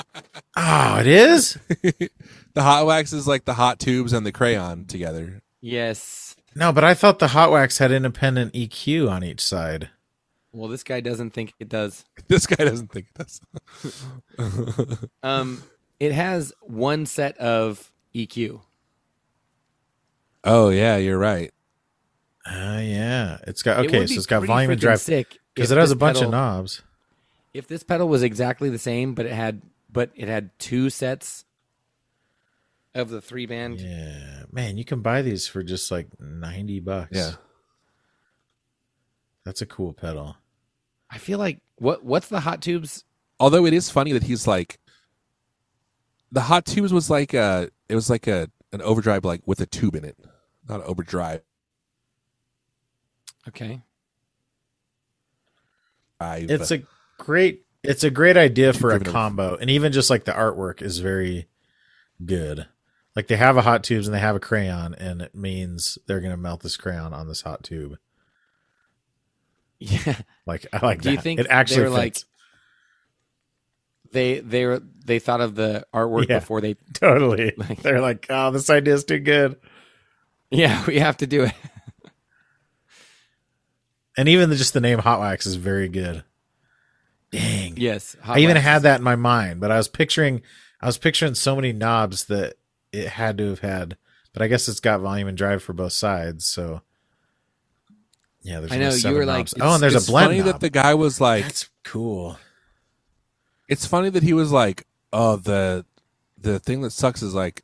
[SPEAKER 3] Oh, it is.
[SPEAKER 1] The hot wax is like the hot tubes and the crayon together.
[SPEAKER 2] yes.
[SPEAKER 3] No, but I thought the hot wax had independent EQ on each side.
[SPEAKER 2] Well, this guy doesn't think it does.
[SPEAKER 1] This guy doesn't think it does.
[SPEAKER 2] Um, it has one set of E EQ.
[SPEAKER 1] Oh yeah, you're right.
[SPEAKER 3] Oh yeah, it's got
[SPEAKER 2] It
[SPEAKER 3] okay.
[SPEAKER 2] would
[SPEAKER 3] so
[SPEAKER 2] be
[SPEAKER 3] it's got
[SPEAKER 2] pretty
[SPEAKER 3] volume and
[SPEAKER 2] freaking
[SPEAKER 3] drive
[SPEAKER 2] sick
[SPEAKER 3] because
[SPEAKER 2] if
[SPEAKER 3] it has
[SPEAKER 2] this
[SPEAKER 3] a bunch
[SPEAKER 2] pedal-
[SPEAKER 3] of knobs.
[SPEAKER 2] if this pedal was exactly the same but it had but it had two sets of the three band
[SPEAKER 3] Yeah, man, you can buy these for just like ninety bucks.
[SPEAKER 1] Yeah.
[SPEAKER 3] that's a cool pedal.
[SPEAKER 2] i feel like what what's the hot tubes
[SPEAKER 1] Although it is funny that he's like the hot tubes was like a it was like a an overdrive like with a tube in it, not an overdrive.
[SPEAKER 2] okay
[SPEAKER 3] It's a great. It's a great idea for a
[SPEAKER 1] derivative.
[SPEAKER 3] combo, and even just like the artwork is very good. Like they have a hot tubes and they have a crayon, and it means they're gonna melt this crayon on this hot tube.
[SPEAKER 2] yeah
[SPEAKER 3] Like I like
[SPEAKER 2] Do
[SPEAKER 3] that.
[SPEAKER 2] you think
[SPEAKER 3] it actually
[SPEAKER 2] they were like-
[SPEAKER 3] fits.
[SPEAKER 2] they they were- they thought of the artwork
[SPEAKER 3] Yeah.
[SPEAKER 2] before they
[SPEAKER 3] totally?
[SPEAKER 2] Like-
[SPEAKER 3] they're like, oh, this idea is too good.
[SPEAKER 2] yeah we have to do it
[SPEAKER 3] And even the, just the name Hot Wax is very good. Dang.
[SPEAKER 2] Yes, hot
[SPEAKER 3] I even
[SPEAKER 2] waxes.
[SPEAKER 3] had that in my mind, but I was picturing I was picturing so many knobs that it had to have had. But I guess it's got volume and drive for both sides, so yeah. There's
[SPEAKER 2] I
[SPEAKER 3] only
[SPEAKER 2] know, you
[SPEAKER 3] seven
[SPEAKER 2] were like,
[SPEAKER 3] knobs.
[SPEAKER 2] it's-
[SPEAKER 3] oh, and there's
[SPEAKER 1] it's
[SPEAKER 3] a blend
[SPEAKER 1] funny
[SPEAKER 3] knob.
[SPEAKER 1] that the guy was like,
[SPEAKER 3] That's cool.
[SPEAKER 1] it's funny that he was like, "Oh, the the thing that sucks is like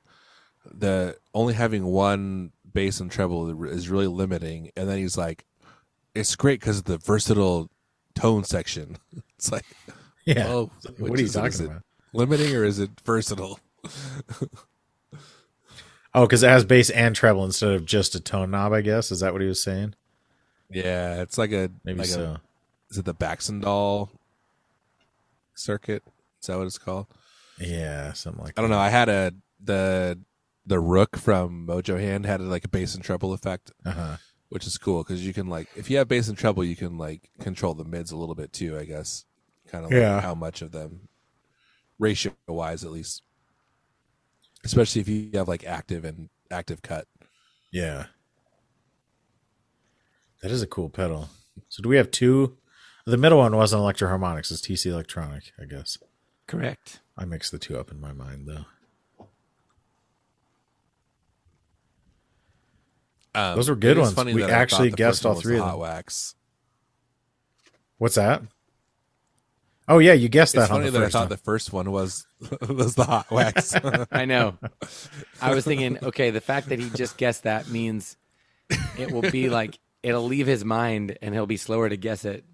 [SPEAKER 1] the only having one bass and treble is really limiting." And then he's like, "It's great because of the versatile tone section." It's like,
[SPEAKER 3] Yeah.
[SPEAKER 1] oh,
[SPEAKER 3] what
[SPEAKER 1] which
[SPEAKER 3] are you
[SPEAKER 1] is it? Is
[SPEAKER 3] talking
[SPEAKER 1] it
[SPEAKER 3] about?
[SPEAKER 1] Limiting or is it versatile?
[SPEAKER 3] Oh, because it has bass and treble instead of just a tone knob. I guess is that what he was saying?
[SPEAKER 1] Yeah, it's like a
[SPEAKER 3] Maybe
[SPEAKER 1] like
[SPEAKER 3] so.
[SPEAKER 1] A, is it the Baxendall circuit? Is that what it's called?
[SPEAKER 3] yeah, something like.
[SPEAKER 1] I don't know. I had a the the Rook from Mojo Hand had like a bass and treble effect,
[SPEAKER 3] Uh huh.
[SPEAKER 1] which is cool because you can like if you have bass and treble, you can like control the mids a little bit too. I guess kind of like
[SPEAKER 3] Yeah.
[SPEAKER 1] how much of them ratio wise at least, especially if you have like active and active cut.
[SPEAKER 3] Yeah. That is a cool pedal. So do we have two? The middle one wasn't Electro Harmonics. It's TC Electronic, I guess.
[SPEAKER 2] correct.
[SPEAKER 3] I mixed the two up in my mind though.
[SPEAKER 1] Um,
[SPEAKER 3] Those were good
[SPEAKER 1] it is
[SPEAKER 3] ones.
[SPEAKER 1] funny
[SPEAKER 3] We
[SPEAKER 1] that I thought
[SPEAKER 3] actually
[SPEAKER 1] the
[SPEAKER 3] guessed
[SPEAKER 1] first one
[SPEAKER 3] all
[SPEAKER 1] was
[SPEAKER 3] three of
[SPEAKER 1] Hot
[SPEAKER 3] them.
[SPEAKER 1] Wax.
[SPEAKER 3] What's that? Oh yeah, you guessed
[SPEAKER 1] It's
[SPEAKER 3] that on
[SPEAKER 1] funny
[SPEAKER 3] the
[SPEAKER 1] that I
[SPEAKER 3] first
[SPEAKER 1] thought
[SPEAKER 3] one.
[SPEAKER 1] the first one was was the hot wax.
[SPEAKER 2] I know. I was thinking, okay, the fact that he just guessed that means it will be like it'll leave his mind and he'll be slower to guess it.